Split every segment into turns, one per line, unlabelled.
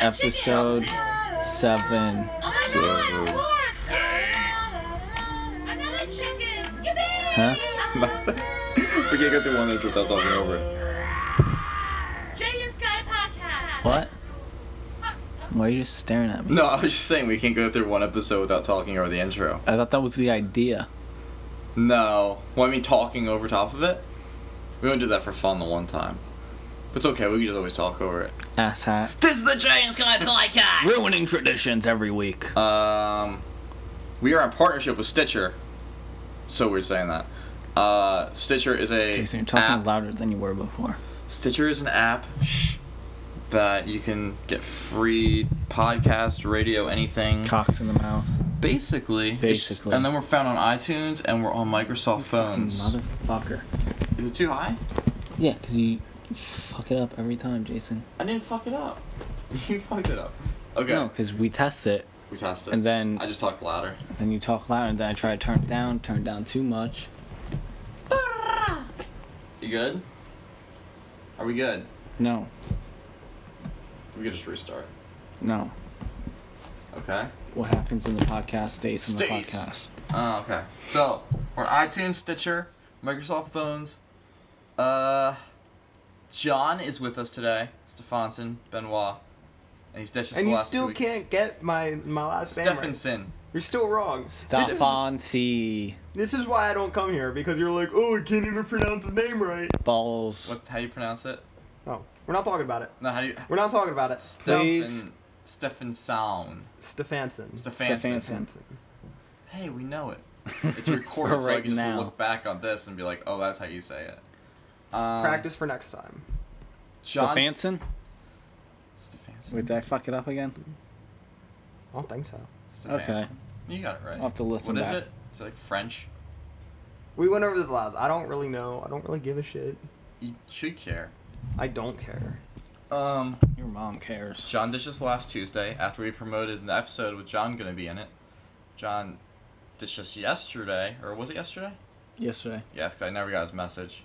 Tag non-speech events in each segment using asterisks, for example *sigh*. episode seven. Huh?
we can't go through one of those without talking over it.
Jay and Sky podcast.
What? Why are you just staring at me?
No, I was just saying we can't go through one episode without talking over the intro.
I thought that was the idea.
No. Well, I mean, talking over top of it? We only did that for fun the one time. But it's okay, we can just always talk over it.
Asshat.
This is the Giant Sky Podcast!
Ruining traditions every week. Uh,
Um, we are in partnership with Stitcher. So weird saying that. Uh, Stitcher is a
Jason, you're talking
app.
louder than you were before.
Stitcher is an app shh, that you can get free podcast, radio, anything.
Cocks in the mouth.
Basically. It's-
Basically.
And then we're found on iTunes and we're on Microsoft phones.
Fucking motherfucker.
Is it too high?
Yeah, because you fuck it up every time, Jason.
I didn't fuck it up. *laughs* You fucked it up. Okay.
No, because we test it,
We tossed it.
and then
I just talked louder.
then you talk louder, and then I try to turn it down, turn it down too much.
You good? Are we good?
No,
We could just restart.
no.
Okay.
What happens in the podcast stays in the
Stays.
podcast.
Oh, okay. So we're on iTunes, Stitcher, Microsoft phones. Uh, John is with us today. Stefanson, Benoit, and he's ditched us
And
the
you
last two
still
weeks.
can't get my my last name right.
Stephenson.
You're still wrong. This is,
Stefanski
this is why I don't come here because you're like, oh, I can't even pronounce his name right.
balls.
What? How do you pronounce it?
No, we're not talking about it.
No, how do you?
We're not talking about it.
Please.
Stefan. Stefanson.
Stefanson.
Stefanson.
Stefanson.
Hey, we know
*laughs*
it. It's recorded, so I
right
can just
now.
look back on this and be like, oh, that's how you say it. Um,
Practice for next time.
John.
Stefanson?
Stefanson.
Wait, did I fuck it up again?
I don't think so.
Stefanson.
Okay.
You got it right.
I'll have to listen
What is
back.
it? Is it like French?
We went over this lab. I don't really know. I don't really give a shit.
You should care.
I don't care.
Um,
Your mom cares.
John ditched us last Tuesday after we promoted the episode with John gonna be in it. John ditched us yesterday, or was it yesterday?
Yesterday.
Yes, 'cause I never got his message.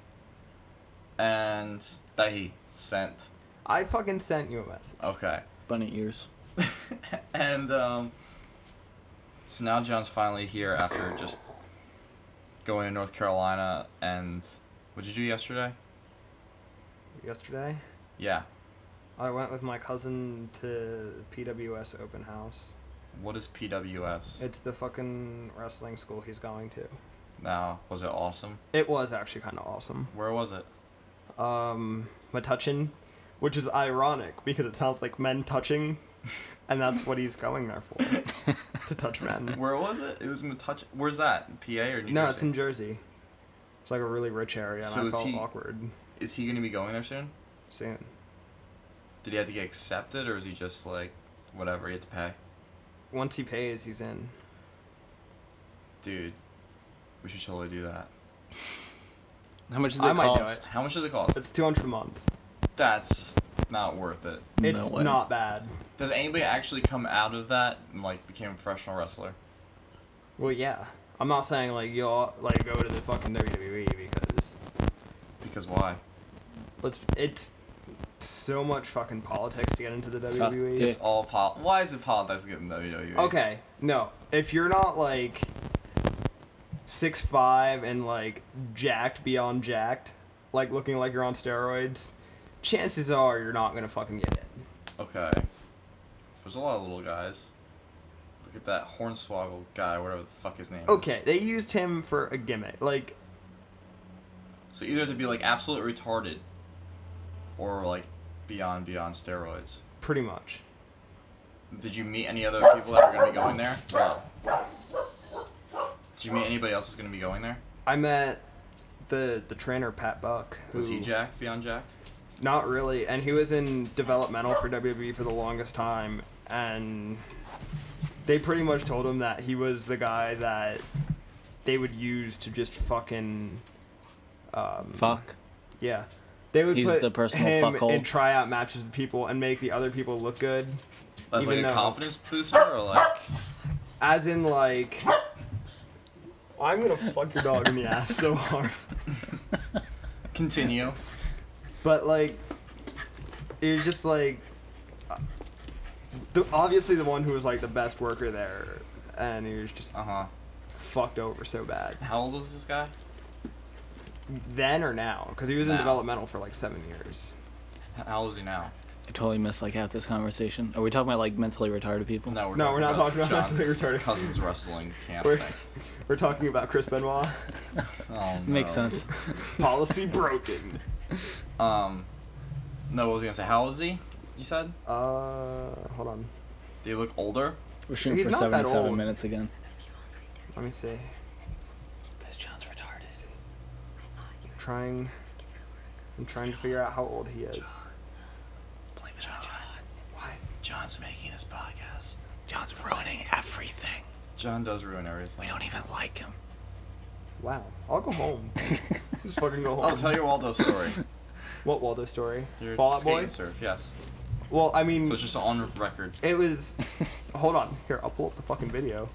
And that he sent.
I fucking sent you a message.
Okay.
Bunny ears.
*laughs* and um, so now John's finally here after just going to North Carolina. And what did you do yesterday?
Yesterday,
Yeah.
I went with my cousin to PWS open house.
What is PWS?
It's the fucking wrestling school he's going to.
now, was it awesome?
It was actually kind of awesome.
Where was it?
um, Metuchen, which is ironic because it sounds like men touching, and that's what he's going there for,
*laughs*
to touch men.
Where was it? It was in Metuchen. Where's that? PA or New
No,
Jersey?
it's in Jersey. It's like a really rich area, and
So
I
is
felt
he-
awkward
Is he going to be going there soon?
soon.
Did he have to get accepted, or is he just like, whatever, you have to pay?
Once he pays, he's in.
Dude, we should totally do that.
How much does it
I might do
cost?
How much does it cost?
It's 200 a month.
That's not worth it.
No
It's
way.
not bad.
Does anybody actually come out of that and like became a professional wrestler?
Well, yeah. I'm not saying like you'll like go to the fucking WWE because
Because why?
let's it's so much fucking politics to get into the E.
Fuck
WWE.
dick.
It's all pol. Why is it politics getting E? WWE?
Okay, no. If you're not like six five and like jacked beyond jacked, like looking like you're on steroids, chances are you're not gonna fucking get it.
Okay. There's a lot of little guys. Look at that hornswoggle guy, whatever the fuck his name.
Okay, they used him for a gimmick. Like
Is. So either to be like absolute retarded, or like beyond beyond steroids.
pretty much.
Did you meet any other people that were gonna be going there? No. Did you meet anybody else that's gonna be going there?
I met the the trainer Pat Buck.
Was he
who-
jacked beyond jacked?
Not really, and he was in developmental for WWE for the longest time, and they pretty much told him that he was the guy that they would use to just fucking, um,
Fuck.
yeah, they would
He's
put
the personal
him
fuckhole.
in tryout matches with people and make the other people look good,
That's
Even
like a
though-
confidence booster, or like
as in like, I'm gonna fuck your dog in the ass so hard.
continue.
But like, it was just like, the, obviously the one who was like the best worker there, and he was just
Uh huh.
fucked over so bad.
How old was this guy?
Then or now? Because he was in
Now.
developmental for like seven years.
H- How old is he now?
I totally missed like half this conversation. Are we talking about like mentally retarded people?
No, we're,
No,
talking
we're not
about
talking about *laughs*
John's
mentally retarded.
cousins wrestling camp
We're- *laughs*
thing.
We're talking about Chris Benoit.
Oh, no.
Makes sense.
Policy broken.
Um, no, what was I gonna say? How old is he? You said?
Uh, hold on.
Do you look older?
We're shooting
He's
for
not that
77
old.
minutes again.
Let me see.
Because John's retarded.
I'm trying. I'm trying to figure out how old he is.
Blame it on John.
Why?
John's making this podcast. John's ruining everything.
John does ruin everything.
We don't even like him.
Wow. I'll
*laughs*
go home. Just fucking go home.
I'll tell you Waldo's story.
*laughs* What Waldo story?
Your
Fallout
skate
Boy.
and surf, yes.
Well, I mean,
So it's just on record.
it was. Hold on. Here, I'll pull up the fucking video.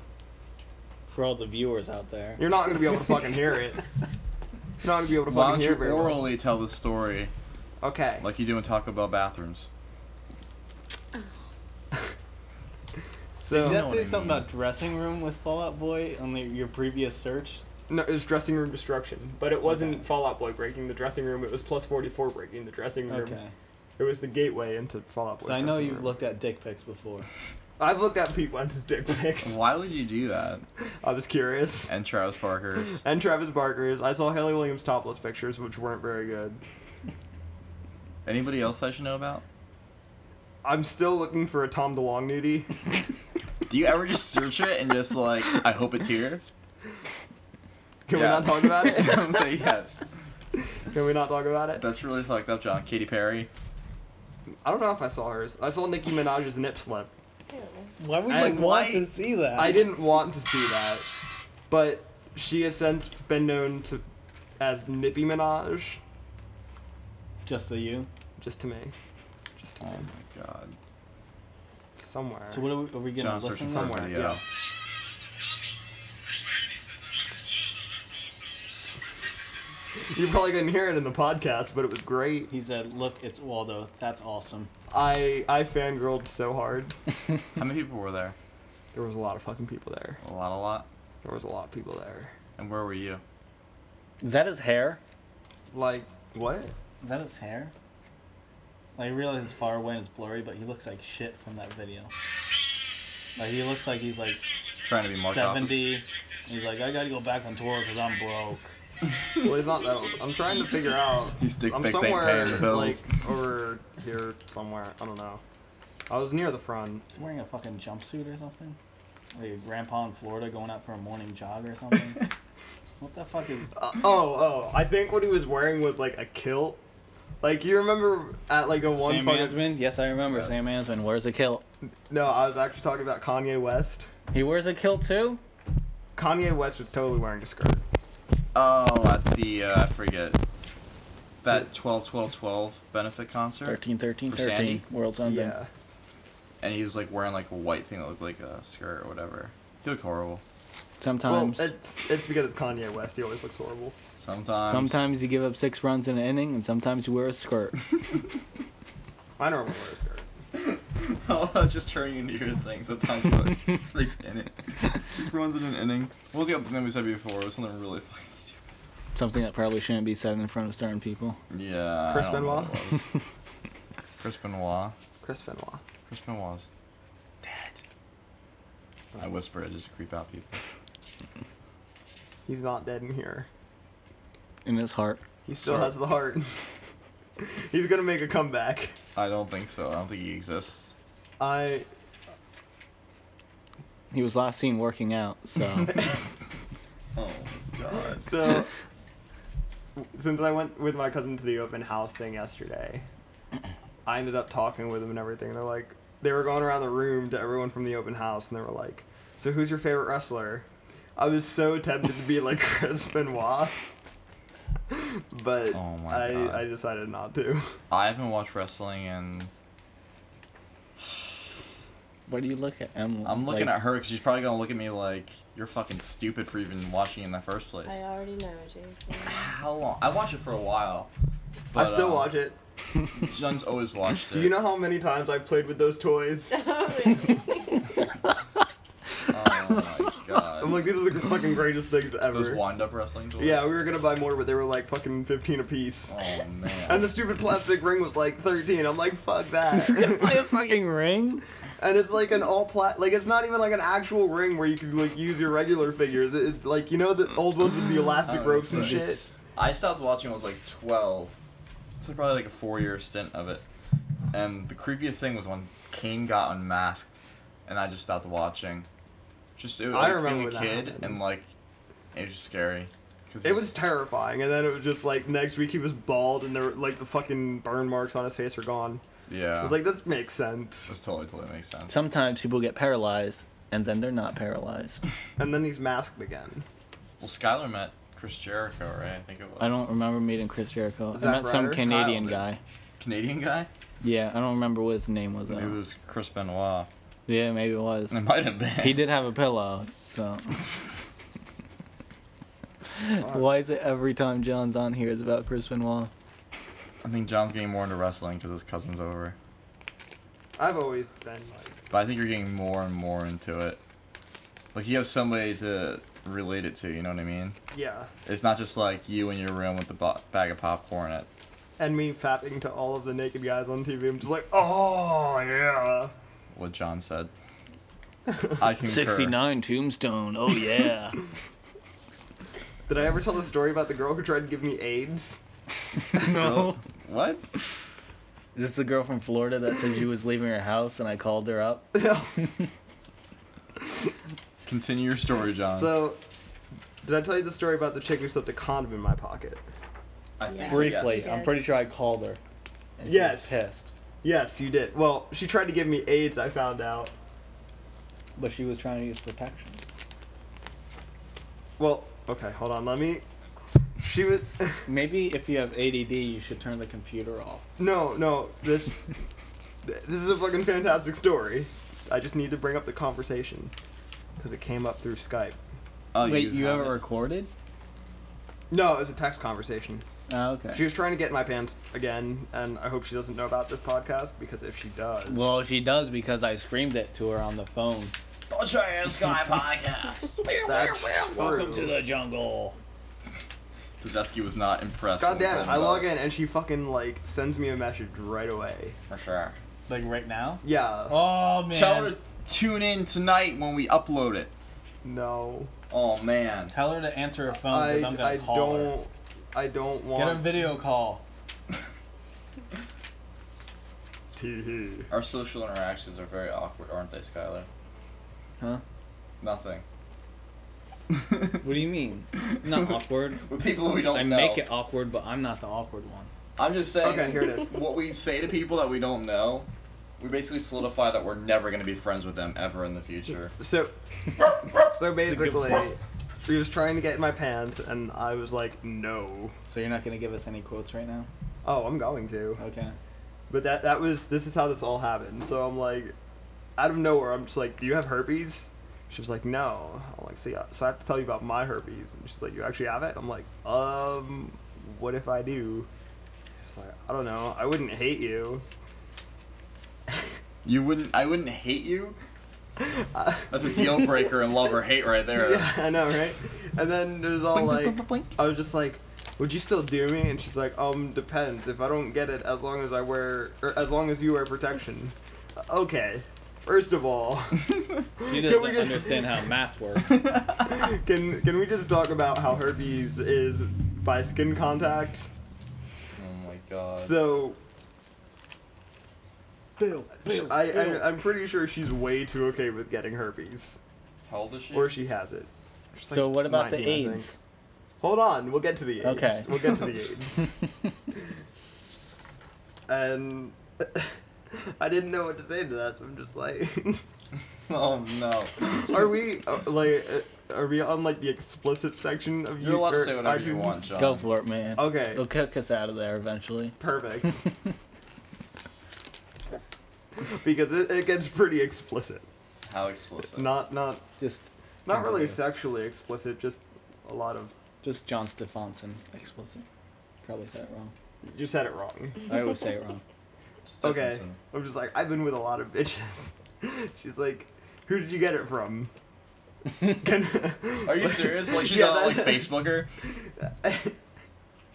For all the viewers out there.
You're not gonna be able to fucking hear it. You're not gonna be able to
Why
fucking
don't
hear
you
it very well.
orally tell the story
Okay.
like you do in Taco Bell bathrooms?
So
Did that
what
say
I
something
mean.
about dressing room with Fallout Boy on the, your previous search?
no, it was dressing room destruction, but it wasn't
Okay.
Fallout Boy breaking the dressing room. It was plus forty four breaking the dressing room.
Okay.
It was the gateway into Fallout Boy.
So I know you've looked at dick pics before.
I've looked at Pete Wentz's dick pics.
*laughs*
Why would you do that?
I was curious.
And Travis Barker's.
And Travis Barker's. I saw Haley Williams topless pictures, which weren't very good.
Anybody else I should know about?
I'm still looking for a Tom DeLong nudie.
*laughs*
*laughs*
Do you ever just search it and just like, I hope it's here?
*laughs* Can we
Yeah.
not talk
*laughs*
about
*laughs*
it?
I'm saying yes.
Can we not talk about it?
That's really fucked up, John. Katy Perry.
I don't know if I saw hers. I saw Nicki Minaj's nip slip.
Why would you
And
like, want
why-
to see that?
I didn't want to see that, but she has since been known to as Nippy Minaj,
Just the you.
just to me, just to
Oh
me,
my god.
somewhere.
So what are we, are we gonna
John's
listen
searching
to?
somewhere.
somewhere,
Yeah.
yes. You probably couldn't hear it in the podcast, but it was great.
He said, "Look, it's Waldo. That's awesome."
I I fangirled so hard.
How many people were there?
There was a lot of fucking people there.
A lot, a lot.
There was a lot of people there.
And where were you?
Is that his hair?
Like what?
Is that his hair? I realize it's far away and it's blurry, but he looks like shit from that video. Like he looks like he's like
Trying to be Mark Hoppus.
seventy. He's like, I gotta go back on tour because I'm broke.
Well, he's not that. Old. I'm trying to figure out.
He's dick
I'm
pics ain't
somewhere
paying the bills.
like over here somewhere. I don't know. I was near the front.
He's wearing a fucking jumpsuit or something. Like your grandpa in Florida going out for a morning jog or something. what the fuck is?
Uh, oh, oh! I think what he was wearing was like a kilt. Like you remember at like a one
Sam
fucking-
Ansman? Yes, I remember.
Yes.
Sam Ansman wears a kilt.
No, I was actually talking about Kanye West.
He wears a kilt too.
Kanye West was totally wearing a skirt.
Oh, at the, uh, I forget. That 12 12 12 benefit concert.
13, 13,
For
13.
Sandy?
World's ending.
Yeah.
And he was like wearing like a white thing that looked like a skirt or whatever. He looked horrible.
Well,
Sometimes,
it's it's because it's Kanye West. He always looks horrible.
Sometimes.
sometimes you give up six runs in an inning, and sometimes you wear a skirt.
I normally wear a skirt.
*laughs* Oh, that's just turning into your thing. Sometimes you're *laughs* like six in it. Just runs in an inning. What was the other thing we said before? It was something really *laughs* fucking stupid.
Something that probably shouldn't be said in front of certain people.
Yeah. I
Chris
don't know what
Benoit?
it was. *laughs* Chris Benoit.
Chris Benoit.
Chris Benoit's dead. I whisper it just to creep out people.
He's not dead in here.
In his heart.
He still
Sir.
has the heart. *laughs* He's gonna make a comeback.
I don't think so. I don't think he exists.
I
He was last seen working out, so *laughs*
Oh god. *laughs*
so since I went with my cousin to the open house thing yesterday, I ended up talking with them and everything. They're like, they were going around the room to everyone from the open house, and they were like, "So who's your favorite wrestler?" I was so tempted to be like *laughs* Chris Benoit, but
Oh my God.
I, I decided not to.
I haven't watched wrestling and
what do you look at Emily?
I'm looking at her because she's probably gonna look at me like you're fucking stupid for even watching in the first place.
*laughs* I already know, Jason.
How long? I watched it for a while.
I still
um,
watch it.
John's always watched it.
Do you know how many times I've played with those toys?
Oh my
*laughs* I'm
god.
like, these are the fucking greatest things ever.
Those wind up wrestling toys?
Yeah, we were gonna buy more, but they were like fucking 15 apiece.
Oh man.
And the stupid plastic ring was like 13. I'm like, fuck that.
*laughs* Play a fucking ring?
and it's like an all plat, like it's not even like an actual ring where you can like use your regular figures. It- It's like you know the old ones with the elastic
Oh,
ropes and
so
shit.
Just-
I stopped watching when I was like 12. So probably like a four year stint of it. And the creepiest thing was when Kane got unmasked and I just stopped watching. Just it was
I
like,
remember
being a
when that
kid
happened.
and like it was just scary. 'Cause
It was terrifying, and then it was just like next week he was bald, and there were, like the fucking burn marks on his face were gone.
yeah.
I was like, this makes
this
sense.
totally totally makes sense.
Sometimes people get paralyzed and then they're not paralyzed.
And then he's masked again.
Well, Skylar met Chris Jericho, right? I think it was.
*laughs* I don't remember meeting Chris Jericho.
Was
I
that
met some
Ryder?
Canadian
Kyle
guy.
Canadian guy.
Yeah, I don't remember what his name was
Maybe it
though.
was Chris Benoit.
Yeah, maybe it was.
It might have been.
He did have a pillow,
*laughs*
so. *laughs* Why is it every time John's on here is about Chris Benoit?
I think John's getting more into wrestling because his cousin's over.
I've always been like,
But I think you're getting more and more into it. Like you have somebody to relate it to. You know what I mean?
yeah.
It's not just like you in your room with the bo- bag of popcorn. At
And me fapping to all of the naked guys on TV. I'm just like, oh yeah.
what John said.
*laughs*
I concur.
69 Tombstone, oh *laughs*
*laughs*
yeah.
Did I ever tell the story about the girl who tried to give me AIDS? *laughs*
no.
What?
Is this the girl from Florida that said she was leaving her house and I called her up?
Continue your story, John.
so, did I tell you the story about the chick who slipped a condom in my pocket?
I think
Briefly, I'm
Yes.
pretty sure I called her. And she was
Yes.
pissed.
Yes, you did. Well, she tried to give me AIDS. I found out.
But she was trying to use protection.
Well, okay, hold on. Let me. She was. *laughs*
Maybe if you have ADD, you should turn the computer off.
no, no. This. This is a fucking fantastic story. I just need to bring up the conversation because it came up through Skype.
Oh,
Wait, you,
have
ever
it.
recorded?
No, it was a text conversation.
Oh, okay.
She was trying to get in my pants again, and I hope she doesn't know about this podcast because if she does,
Well, she does because I screamed it to her on the phone.
The Giant
*laughs*
Sky Podcast.
that's
Welcome to
true.
the jungle.
Pozeski was not impressed.
God
when we
damn
told
it!
him
I
about
log in and she fucking like sends me a message right away.
For sure.
Like right now?
Yeah.
Oh man.
Tell her to tune in tonight when we upload it.
No.
Oh man.
Tell her to answer her phone
I,
because Oh, I'm gonna
I
call her.
don't. I don't
Get a
want.
video call.
Tee-hee.
Our social interactions are very awkward, aren't they, Skylar?
Huh?
Nothing. *laughs*
What do
*laughs*
you mean? Not awkward.
With people we don't
I
know.
make it awkward, but I'm not the awkward one.
I'm just saying.
Okay, here it is.
What we say to people that we don't know, we basically solidify that we're never gonna be friends with them ever in the future.
So, *laughs* so basically, she was trying to get in my pants, and I was like, no.
So you're not gonna give us any quotes right now?
Oh, I'm going to.
Okay.
But that that was this is how this all happened. So I'm like, out of nowhere, I'm just like, do you have herpes? She was like, no. I'm like, see, so I have to tell you about my herpes, and she's like, you actually have it? I'm like, um, what if I do? She's like, I don't know. I wouldn't hate you. *laughs*
You wouldn't. I wouldn't hate you. That's a deal breaker in love or hate right there.
*laughs* Yeah,
*laughs*
I know, right? And then it was all like, I was just like, would you still do me? And she's like, um, depends. If I don't get it, as long as I wear, or as long as you wear protection. Okay. First of all,
She
we
doesn't
just-
understand how
*laughs*
math works. *laughs*
Oh
*laughs* can can we just talk about how herpes is by skin contact?
Oh my god.
So
Bill,
sh- I, I I'm pretty sure she's way too okay with getting herpes,
How old is she?
or she has it. She's
So
like
what about the
19, I
AIDS?
think. Hold on, we'll get to the AIDS.
Okay.
We'll get
*laughs*
to the AIDS. and *laughs* I didn't know what to say to that, so I'm just like,
*laughs*
*laughs*
Oh no.
are we uh, like, uh, are we on like the explicit section of
You're allowed to
or
say whatever you
iTunes?
want, John.
Go for it, man.
Okay.
They'll cook us out of there eventually. *laughs*
Perfect. because it, it gets pretty explicit.
How explicit.
Not not
*laughs* Just,
not really sexually explicit, just a lot of
just John Stefanson explicit. Probably said it wrong.
You said it wrong.
I always say it *laughs* wrong.
Okay. I'm just like, I've been with a lot of bitches. *laughs* She's like, who did you get
*laughs*
it from? Can-
Are
*laughs*
you serious? Like she's
Yeah,
not like
that-
Facebooker?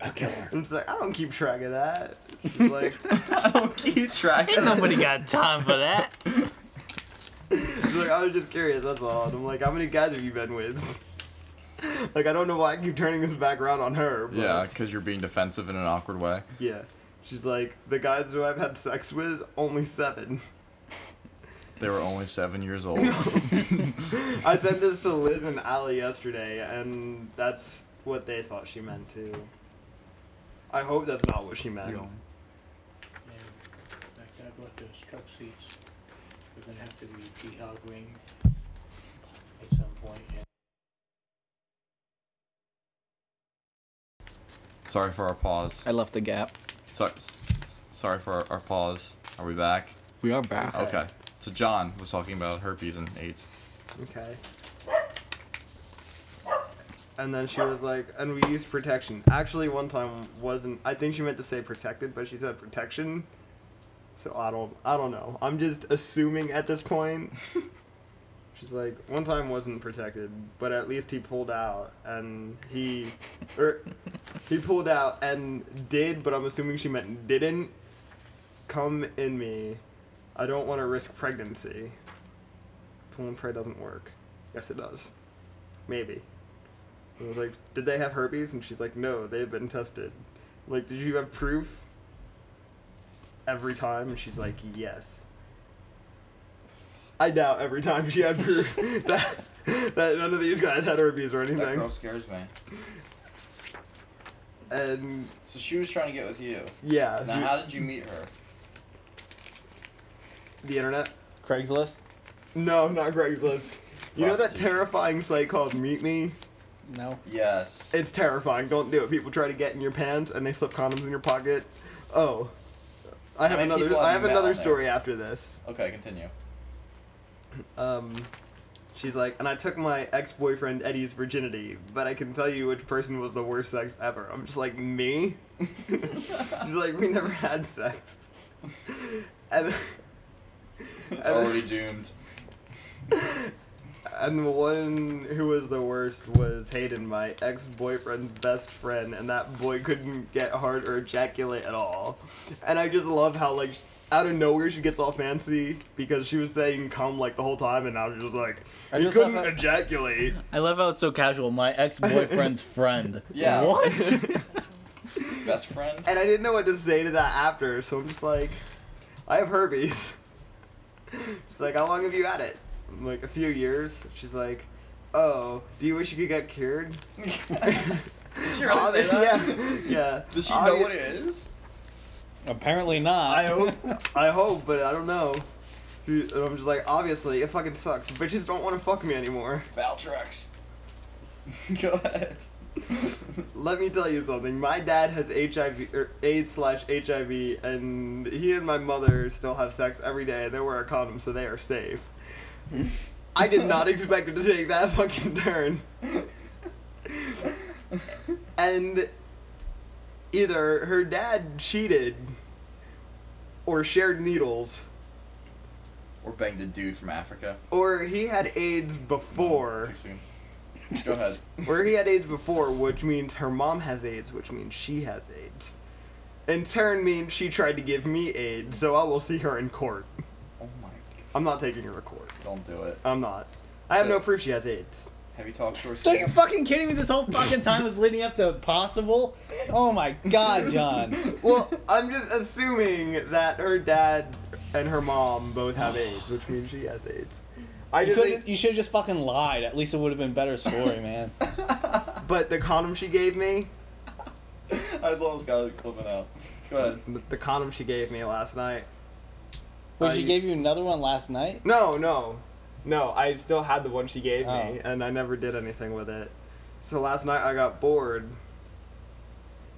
I'll kill
*laughs*
her.
*laughs* I'm just like, I don't keep track of that.
*laughs*
She's like,
I don't keep track. of that.
Nobody got time for that.
she's like, I was just curious, that's all. And I'm like, how many guys have you been with? *laughs* Like, I don't know why I keep turning this back around on her. But
Yeah, because you're being defensive in an awkward way.
Yeah. She's like, the guys who I've had sex with, only seven. *laughs*
They were only seven years old.
I sent this to Liz and Ali yesterday, and that's what they thought she meant too. I hope that's not what she meant.
Yo.
Like I bought those truck seats. They're gonna have to be G-Hog ring at some point. and
Sorry for our pause.
I left the gap.
So, s- s- sorry for our, our pause. Are we back?
We are back.
Okay. So John was talking about herpes and AIDS.
Okay. And then she was like, and we used protection. Actually, one time wasn't. I think she meant to say protected, but she said protection. So I don't. I don't know. I'm just assuming at this point. She's like, one time wasn't protected, but at least he pulled out and he, or Er, he pulled out and did, but I'm assuming she meant didn't come in me. I don't want to risk pregnancy. Pull and pray doesn't work. Yes, it does. Maybe. I was like, did they have herpes? And she's like, no, they've been tested. I'm like, did you have proof? Every time, and she's like, yes. I doubt every time she had proof *laughs* that that none of these guys had herpes or anything.
scares me.
And
So she was trying to get with you.
yeah, you-
did you meet her?
the internet.
Craigslist?
No, not Craigslist. You know that
Prostitution.
terrifying site called Meet Me?
No.
Yes.
It's terrifying. Don't do it. People try to get in your pants and they slip condoms in your pocket. Oh, I have
many
another.
people have
I
you
have
met
another
on there?
story after this.
okay, continue.
Um, she's like, and I took my ex-boyfriend Eddie's virginity, but I can tell you which person was the worst sex ever. I'm just
*laughs*
like me. she's like, we never had sex. And
It's
And-
already doomed.
and the one who was the worst was Hayden, my ex-boyfriend's best friend, and that boy couldn't get hard or ejaculate at all. And I just love how like out of nowhere she gets all fancy because she was saying come like the whole time, and I was just like,
I
he
just
couldn't
love how-
ejaculate.
I love how it's so casual. My ex boyfriend's
*laughs*
friend.
Yeah.
What?
*laughs* Best friend.
And I didn't know what to say to that after, so I'm just like, I have herpes. *laughs* She's like, how long have you had it? I'm like, a few years. She's like, oh, do you wish you could get cured? *laughs*
Did she really say that?
Yeah, yeah.
Does she
Obvi-
know what it is?
Apparently not.
I hope, I hope, but I don't know. And I'm just like, obviously, it fucking sucks. Bitches don't want to fuck me anymore.
Valtrex. Go ahead.
Let me tell you something. My dad has HIV or er, AIDS slash HIV, and he and my mother still have sex every day. They wear a condom, so they are safe. I did not expect it to take that fucking turn. and either her dad cheated or shared needles.
or banged a dude from Africa.
or he had AIDS before,
Too soon. Go
*laughs*
ahead.
or he had AIDS before, which means her mom has AIDS, which means she has AIDS. In turn, means she tried to give me AIDS, so I will see her in court.
Oh my. God.
I'm not taking her to court.
Don't do it.
I'm not. I have
So-
no proof she has AIDS.
Have you talked to her?
Are
Soon?
you fucking kidding me? This whole fucking time was leading up to possible. Oh my god, John.
Well, I'm just assuming that her dad and her mom both have AIDS, which means she has AIDS. I
You,
just think-
could've- you should have just fucking lied. At least it would have been better story, man.
*laughs*
but the condom she gave me,
*laughs* I was almost got it clipping out. Go ahead.
the, the condom she gave me last night,
Well,
Uh,
she
you-
gave you another one last night.
No, no, no. I still had the one she gave
Oh.
me, and I never did anything with it. So last night I got bored,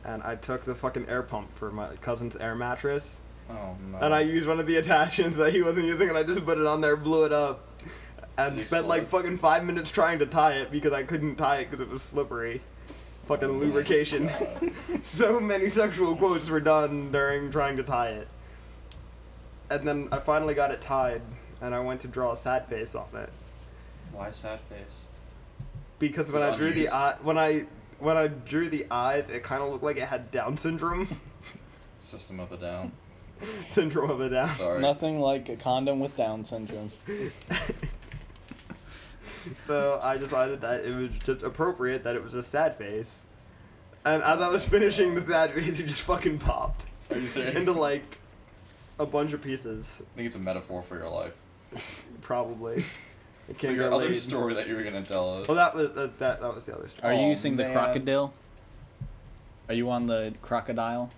and I took the fucking air pump for my cousin's air mattress,
Oh no.
and I used one of the attachments that he wasn't using, and I just put it on there, blew it up, and
Did it
spent like
explode?
fucking five minutes trying to tie it because I couldn't tie it because it was slippery. fucking lubrication. *laughs* so many sexual quotes were done during trying to tie it. And then I finally got it tied, and I went to draw a sad face on it
Why sad face?
because when
Was
I drew the
unused.
eye, when I when I drew the eyes, it kind of looked like it had Down syndrome, *laughs*
System of a Down.
syndrome of a Down.
Sorry.
Nothing like a condom with Down syndrome.
*laughs* So I decided that it was just appropriate that it was a sad face. And as I was finishing the sad face, it just fucking popped
Are you serious?
into like a bunch of pieces,
I think it's a metaphor for your life.
probably.
*laughs*
It
So
can't
your
get
other
laid.
story that you were gonna tell us.
Well, that was that, that, that was the other story.
Are you
Oh,
using the
man.
crocodile? Are you on the crocodile?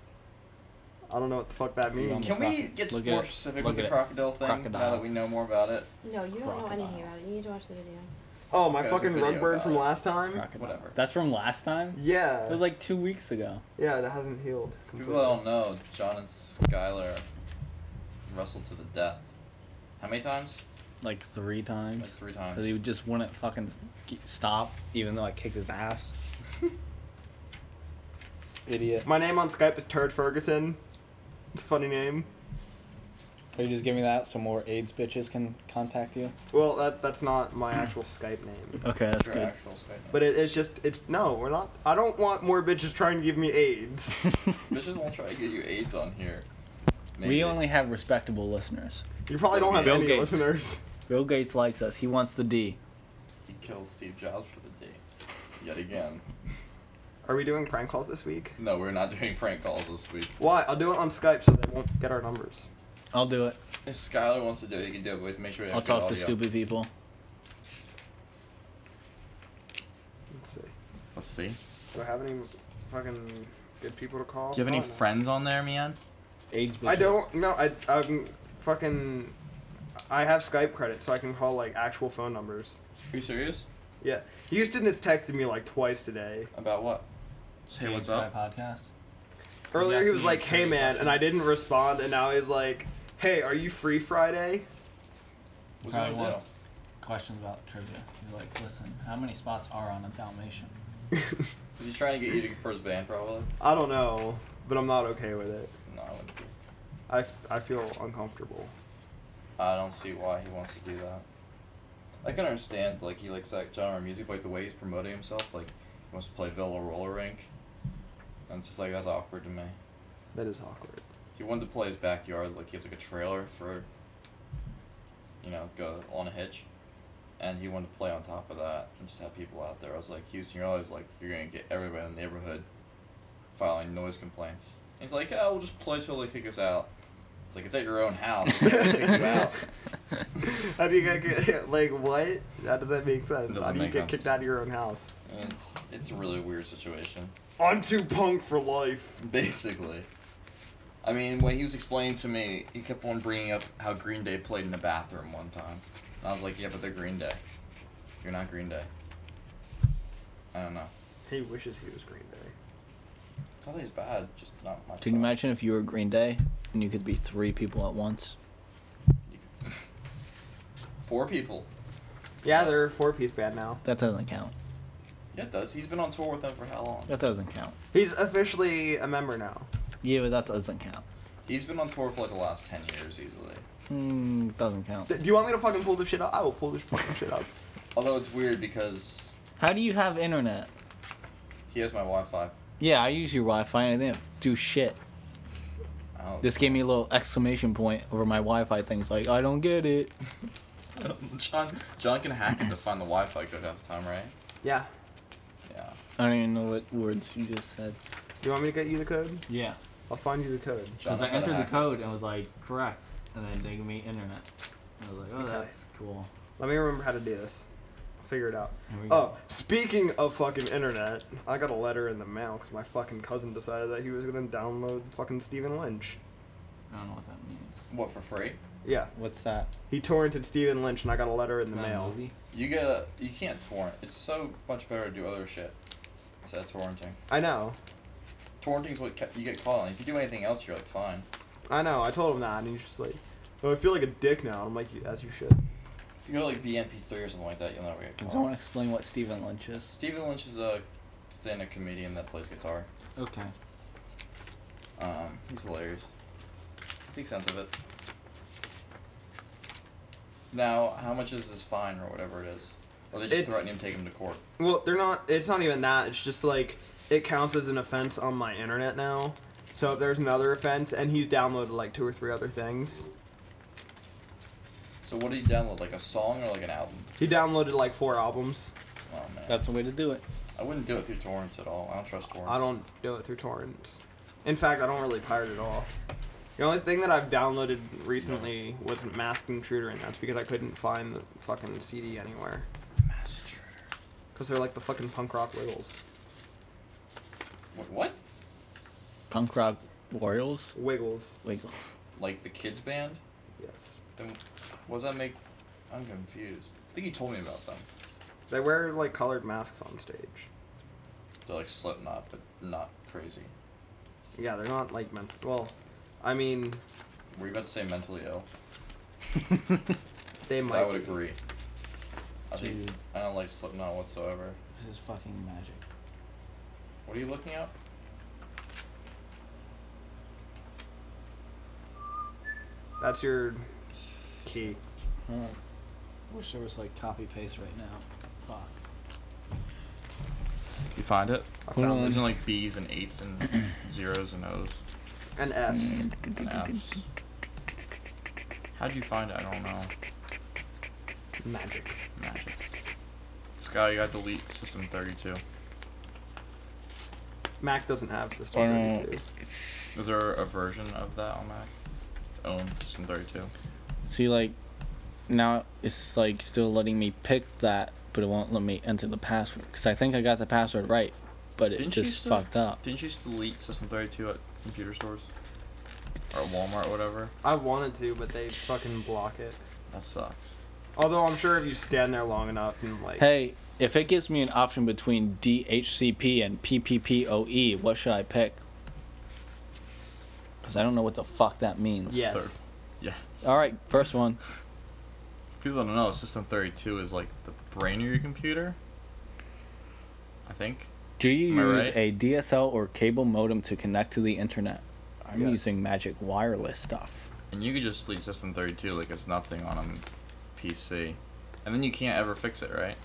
I don't know what the fuck that
You
means.
almost-
Can we get
Look
more
at it.
specific with
Look
the
at it.
crocodile thing now
Crocodile.
that we know more about it?
No, you don't know anything
Crocodile.
about it. You need to watch the video.
Oh, my
There's a
fucking
video
rug burn
about
from
it.
last time.
Crocodile.
Whatever.
That's from last time?
Yeah.
It was like two weeks ago.
yeah, it hasn't healed.
People
Completely.
that don't know, John and Skylar wrestled to the death. How many times?
Like three
Like
times.
three times.
Because he just wouldn't fucking ge- stop, even though I kicked his ass. *laughs* Idiot.
My name on Skype is Turd Ferguson. It's a funny name.
Can you just give me that so more AIDS bitches can contact you?
Well, that that's
*clears throat*
not my actual Skype name.
Okay, that's
Your
good.
actual Skylar.
But it, it's just it's no, we're not. I don't want more bitches trying to give me AIDS.
*laughs*
Bitches won't try to get you AIDS on here. Maybe.
we only have respectable listeners.
You probably don't have
Bill
any
Gates.
listeners.
Bill Gates likes us. He wants the D.
He killed Steve Jobs for the day. Yet again.
Are we doing prank calls this week?
No, we're not doing prank calls this week.
Why? I'll do it on Skype so they won't get our numbers.
I'll do it.
If Skylar wants to do it, you can do it, but we have to make sure we have
I'll
good
talk to
audio.
stupid people.
Let's see.
Let's see. Do
Do I have any fucking good people to call?
you have any
Probably not.
friends on there, Mian?
AIDS bitches.
I don't. No, I I'm fucking. I have Skype credit, so I can call like actual phone numbers.
Are you serious?
Yeah, Houston has texted me like twice today.
About what? Say what's
Sky
up.
Podcast.
Earlier he was
Messaging
like, "Hey
credit
man," and I
questions.
didn't respond, and now he's like, "Hey, are you free Friday?" *laughs*
What's
Probably
the deal?
wants questions about trivia. He's like, listen, how many spots are on a
*laughs*
Dalmatian?
Was he trying to get you to first band, probably?
I don't know, but I'm not okay with it.
No, I wouldn't. be.
I, f- I feel uncomfortable.
I don't see why he wants to do that. I can understand, like, he likes that genre of music, but like, the way he's promoting himself, like, he wants to play Villa Roller Rink. And it's just like, that's awkward to me.
That is awkward.
He wanted to play his backyard, like, he has, like, a trailer for, you know, go on a hitch. And he wanted to play on top of that and just have people out there. I was like, Houston, you're always like, you're going to get everybody in the neighborhood filing noise complaints. And he's like, yeah, we'll just play till they kick us out. It's like, it's at your own house. They're gonna kick you
*laughs*
out.
*laughs*
How do you get, get *laughs* like what? How does that make sense?
doesn't
How do you
make
get
sense.
kicked out of your own house?
And It's it's a really weird situation,
I'm too punk for life.
basically. I mean, when he was explaining to me, he kept on bringing up how Green Day played in the bathroom one time, and I was like, "Yeah, but they're Green Day. You're not Green Day." I don't know.
He wishes he was Green Day.
It's not that he's bad, just not much.
Can you imagine if you were Green Day and you could be three people at once?
Four people.
Yeah, they're a four-piece band now.
That doesn't count.
Yeah, it does. He's been on tour with them for how long?
That doesn't count.
He's officially a member now.
Yeah, but that doesn't count.
He's been on tour for like the last ten years easily.
Hmm, doesn't count.
Th- Do you want me to fucking pull this shit up? I will pull this fucking shit
*laughs*
up.
Although it's weird because
How do you have internet?
he has my Wi-Fi.
Yeah, I use your Wi-Fi and I didn't do shit.
I don't.
This gave me a little exclamation point over my Wi-Fi things like I don't get it.
*laughs* John John can hack it to find the Wi-Fi code half the time, right?
Yeah.
Yeah.
I don't even know what words you just said.
Do you want me to get you the code?
Yeah.
I'll find you the code.
Because
knows
I
how to
entered the
hack it.
code and was like, correct. And then they gave me internet. I was like, oh,
Okay.
that's cool.
Let me remember how to do this. I'll figure it out.
Here we
Oh,
go.
speaking of fucking internet, I got a letter in the mail because my fucking cousin decided that he was gonna download fucking Stephen Lynch.
I don't know what that means.
What for free?
Yeah,
What's that?
he torrented Stephen Lynch and I got a letter in
Is
the
that a
mail.
movie?
You get a you can't torrent. It's so much better to do other shit instead of torrenting.
I know,
Torrenting's what ca- you get caught on. If you do anything else, you're like fine.
I know. I told him that, and he's just like, "Oh, I feel like a dick now." I'm like, "As you should."
If you go to like BMP3 or something like that, you'll never get
Can
caught.
someone explain what Stephen Lynch is?
Stephen Lynch is a stand-up comedian that plays guitar.
Okay.
Um, he's hilarious. Makes sense of it. Now, how much is his fine or whatever it is? Or they just
It's-
threaten him, take him to court.
Well, they're not. It's not even that. It's just like it counts as an offense on my internet now. So if there's another offense, and he's downloaded like two or three other things.
So what did he download? Like a song or like an album?
He downloaded like four albums.
Oh man,
That's the way to do it.
I wouldn't do it through torrents at all. I don't trust torrents.
I don't do it through torrents. In fact, I don't really pirate at all. The only thing that I've downloaded recently was Masked Intruder, and that's because I couldn't find the fucking CD anywhere.
Massacre.
Because they're like the fucking punk rock wiggles.
What, what?
Punk rock Orioles?
Wiggles,
*laughs* Like,
Like the kids band?
yes.
Then what does that make? I'm confused. I think you told me about them.
They wear like colored masks on stage.
They're like Slipknot, but not crazy.
Yeah, they're not like men. Well, I mean,
Were you about to say mentally ill?
they
I
might.
would
be.
agree. I think
Dude.
I don't like Slipknot whatsoever.
This is fucking magic.
What are you looking at?
That's your key.
Alright. Wish there was like copy paste right now. Fuck.
You find it?
I found
on.
this.
Isn't it like B's and eights and *clears throat* zeros and O's
And F's.
and F's? How'd you find it? I don't know.
Magic.
Magic. Sky, you got to delete system 32.
Mac doesn't have system
Um,
32.
Is there a version of that on Mac? Its own system 32.
see, like, now it's like still letting me pick that, but it won't let me enter the password. Because I think I got the password right, but it
Didn't you
just
still-
fucked up.
Didn't you just delete system 32 at computer stores? Or at Walmart or whatever?
I wanted to, but they fucking block it.
That sucks.
Although I'm sure if you stand there long enough and like,
Hey, if it gives me an option between DHCP and PPPoE, E, what should I pick? Because I don't know what the fuck that means.
yes,
Yeah.
All right, first one.
People don't know, System 32 is like the brain of your computer. I think.
Do you
Am I
use
right?
a DSL or cable modem to connect to the internet? I'm
Yes.
using Magic Wireless stuff.
And you could just delete System 32 like it's nothing on a PC. And then you can't ever fix it, right?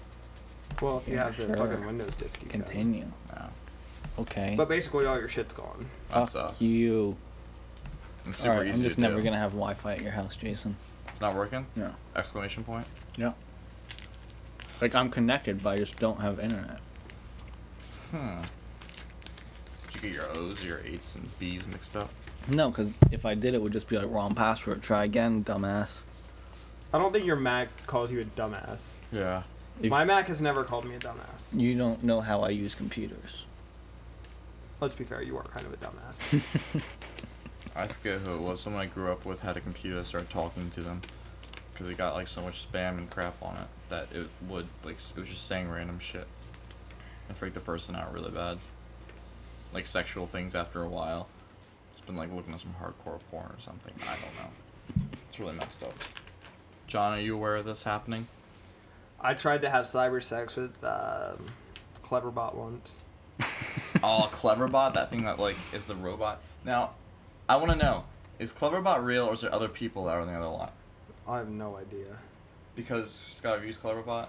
well if you
Yeah,
have the
sure.
fucking Windows disk, you can.
Continue.
No.
Okay.
But basically, all your shit's gone.
That
Fuck
sucks.
you.
It's
All
super
right,
easy
I'm just
to
never
do.
gonna have Wi-Fi at your house, Jason.
It's not working?
No.
Exclamation point.
No. Like I'm connected, but I just don't have internet.
Hmm. Did you get your O's, your 8s, and B's mixed up?
No, because if I did, it would just be like wrong password. Try again, dumbass.
I don't think your Mac calls you a dumbass.
Yeah.
If-
My Mac has never called me a dumbass.
You don't know how I use computers.
Let's be fair, you are kind of a dumbass.
*laughs*
I forget who it was. Someone I grew up with had a computer. I started talking to them because it got like so much spam and crap on it that it would like s- it was just saying random shit. It freaked the person out really bad. Like sexual things after a while. It's been like looking at some hardcore porn or something. I don't know. It's really messed up. John, are you aware of this happening?
I tried to have cyber sex with um, Cleverbot once.
Oh, Cleverbot, that thing that like is the robot. Now, I want to know: is Cleverbot real, or is there other people that are on the other line?
I have no idea.
Because Scott, have you used Cleverbot?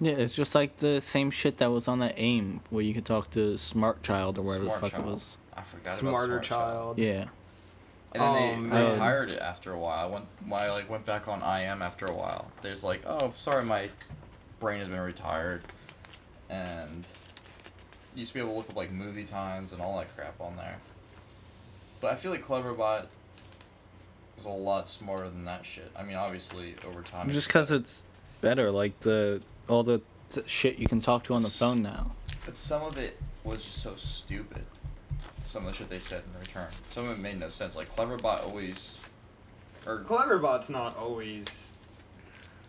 Yeah, it's just like the same shit that was on that AIM where you could talk to Smart Child or whatever the fuck
Child.
it was.
I forgot about
Smarter
Smart Child.
child.
Yeah.
And then
Um,
they
yeah.
retired it after a while. When, when I like went back on IM after a while, there's like, oh, sorry, my brain has been retired, and you used to be able to look up like movie times and all that crap on there. But I feel like Cleverbot was a lot smarter than that shit. I mean, obviously over time. it
Just because it's better, like the all the t- shit you can talk to on the
S-
phone now.
But some of it was just so stupid. Some of the shit they said in return. Some of it made no sense. Like Cleverbot always, or
Cleverbot's not always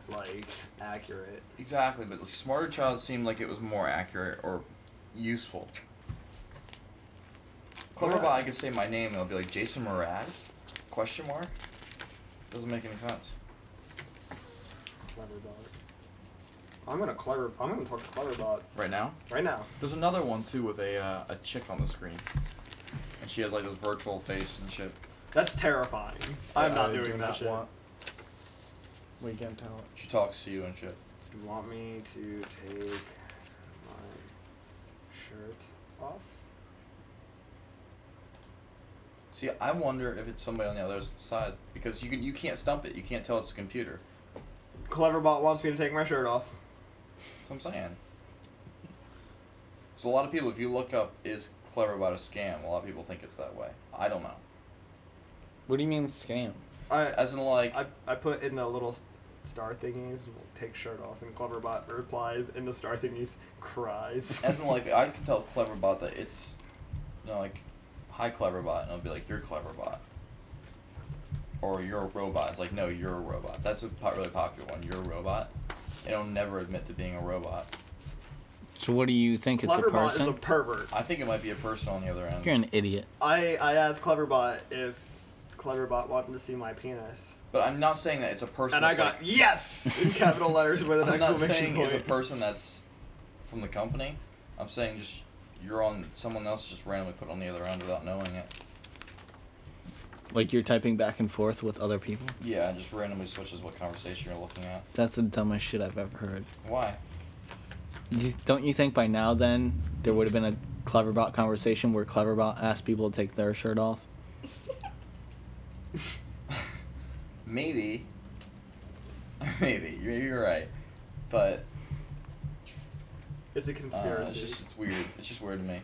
like accurate.
exactly, but Smarter Child seemed like it was more accurate or useful. Cleverbot, I could say my name and it'll be like Jason Mraz? Question mark? Doesn't make any sense.
Cleverbot. I'm gonna clever. I'm gonna talk to Cleverbot
Right now?
right now.
There's another one too with a uh, a chick on the screen, and she has like this virtual face and shit.
That's terrifying. I'm
Yeah,
not
I
doing
do
that
not
shit.
want-
Weekend talent.
She talks to you and shit.
Do you want me to take my shirt off?
See, I wonder if it's somebody on the other side because you can you can't stump it. You can't tell it's a computer.
Cleverbot wants me to take my shirt off.
That's what I'm saying. So a lot of people, if you look up is clever about a scam, a lot of people think it's that way. I don't know.
What do you mean scam?
I
As in like,
I, I put in the little s- star thingies. We'll take shirt off, and Cleverbot replies in the star thingies, cries.
as in like, I can tell cleverbot that it's, you know, like, hi cleverbot, and I'll be like, you're cleverbot. Or you're a robot. It's like, no, you're a robot. That's a po- really popular one. You're a robot. And it'll never admit to being a robot.
So what do you think? It's a
Cleverbot is
person?
a pervert.
I think it might be a person on the other end.
You're an idiot.
I, I asked Cleverbot if Cleverbot wanted to see my penis.
But I'm not saying that it's a person.
and I
that's,
got
like-
yes in capital letters with an
I'm not
exclamation
saying
point.
it's a person that's from the company. I'm saying just you're on someone else just randomly put on the other end without knowing it.
Like you're typing back and forth with other people.
Yeah, and just randomly switches what conversation you're looking at.
That's the dumbest shit I've ever heard.
Why?
You- Don't you think by now then there would have been a Cleverbot conversation where Cleverbot asked people to take their shirt
*laughs*
off?
Maybe. *laughs* Maybe you're, you're right, but
it's a
uh,
conspiracy.
it's just it's weird. It's just weird to me.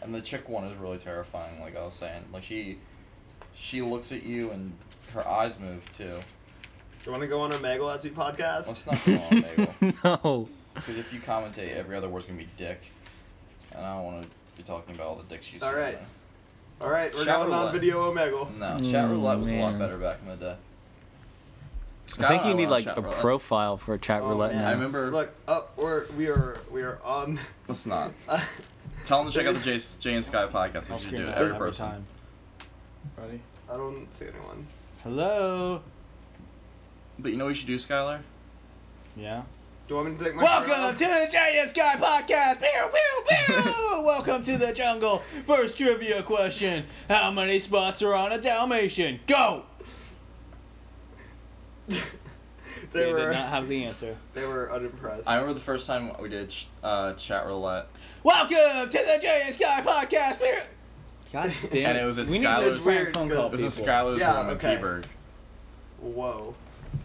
And the chick one is really terrifying. Like I was saying, like she, she looks at you and her eyes move too.
Do you want to go on a Mega Let's Be podcast?
Let's
*laughs*
not go on, Mabel.
*laughs* no.
Because if you commentate, every other word's gonna be dick, and I don't want to be talking about all the dicks you see.
All right. All right, we're
Shout
going
out
on
loud.
video Omegle.
No, chat
Mm,
roulette was a lot
man.
better back in the day.
I think you
went
need
on
like
chat
a
roulette.
profile for chat
Oh,
roulette
man.
now.
I remember.
Look, up we're we are we are on. *laughs*
Let's not. Tell them to check out the Jay, Jay and Sky podcast.
I'll
We should do
scream
it
it out
every
every
person.
time. Ready?
I don't see anyone.
Hello.
But you know what you should do, Skylar?
Yeah.
Do you want me to take my shirt
Welcome
off?
to the Giant Sky Podcast. Pew, pew, pew. Welcome to the jungle. First trivia question: How many spots are on a Dalmatian? Go.
They,
They
were
did not have the answer.
they were unimpressed.
I remember the first time we did ch- uh, chat roulette,
Welcome to the Giant Sky Podcast. Pew. God damn
and it was at
We need
Skylar's.
this
It
weird phone call.
This
was at
people.
Skylar's
Yeah,
room in
okay.
Keyberg,
Whoa.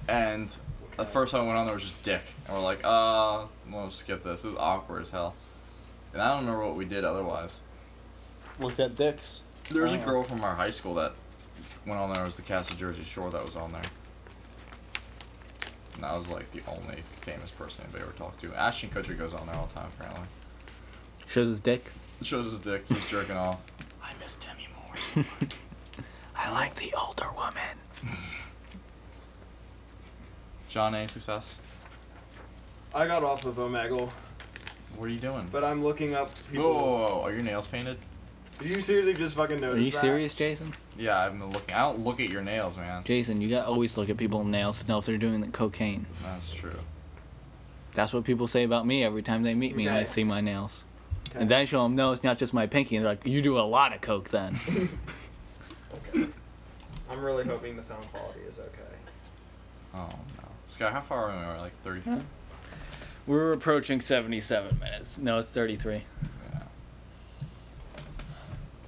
and the first time I went on there was just dick, and we're like, uh, we'll skip this. This is awkward as hell, and I don't remember what we did otherwise.
Looked at dicks.
There was a
Oh.
girl from our high school that went on there. It was the cast of Jersey Shore that was on there. And that was like the only famous person anybody ever talked to. Ashton Kutcher goes on there all the time, apparently.
Shows his dick.
It shows his dick. He's jerking off. I miss Demi Moore.
*laughs* I like the older woman.
John A. Success.
I got off of Omegle,
What are you doing?
but I'm looking up
Whoa,
people.
whoa, whoa, are your nails painted? Oh.
Did you seriously just fucking notice
Are you
that?
serious, Jason?
Yeah, I've been looking. I don't look at your nails, man.
Jason, you gotta always look at people's nails to know if they're doing the cocaine.
That's true.
That's what people say about me every time they meet me and I
Okay.
see my nails.
Okay.
And then I show them, no, it's not just my pinky. And they're like, you do a lot of coke
*laughs*
then.
Okay. *laughs* I'm really hoping the sound quality is okay.
Oh no. Sky, how far are we? We're like 30. Yeah.
We're approaching 77 minutes. No, it's 33.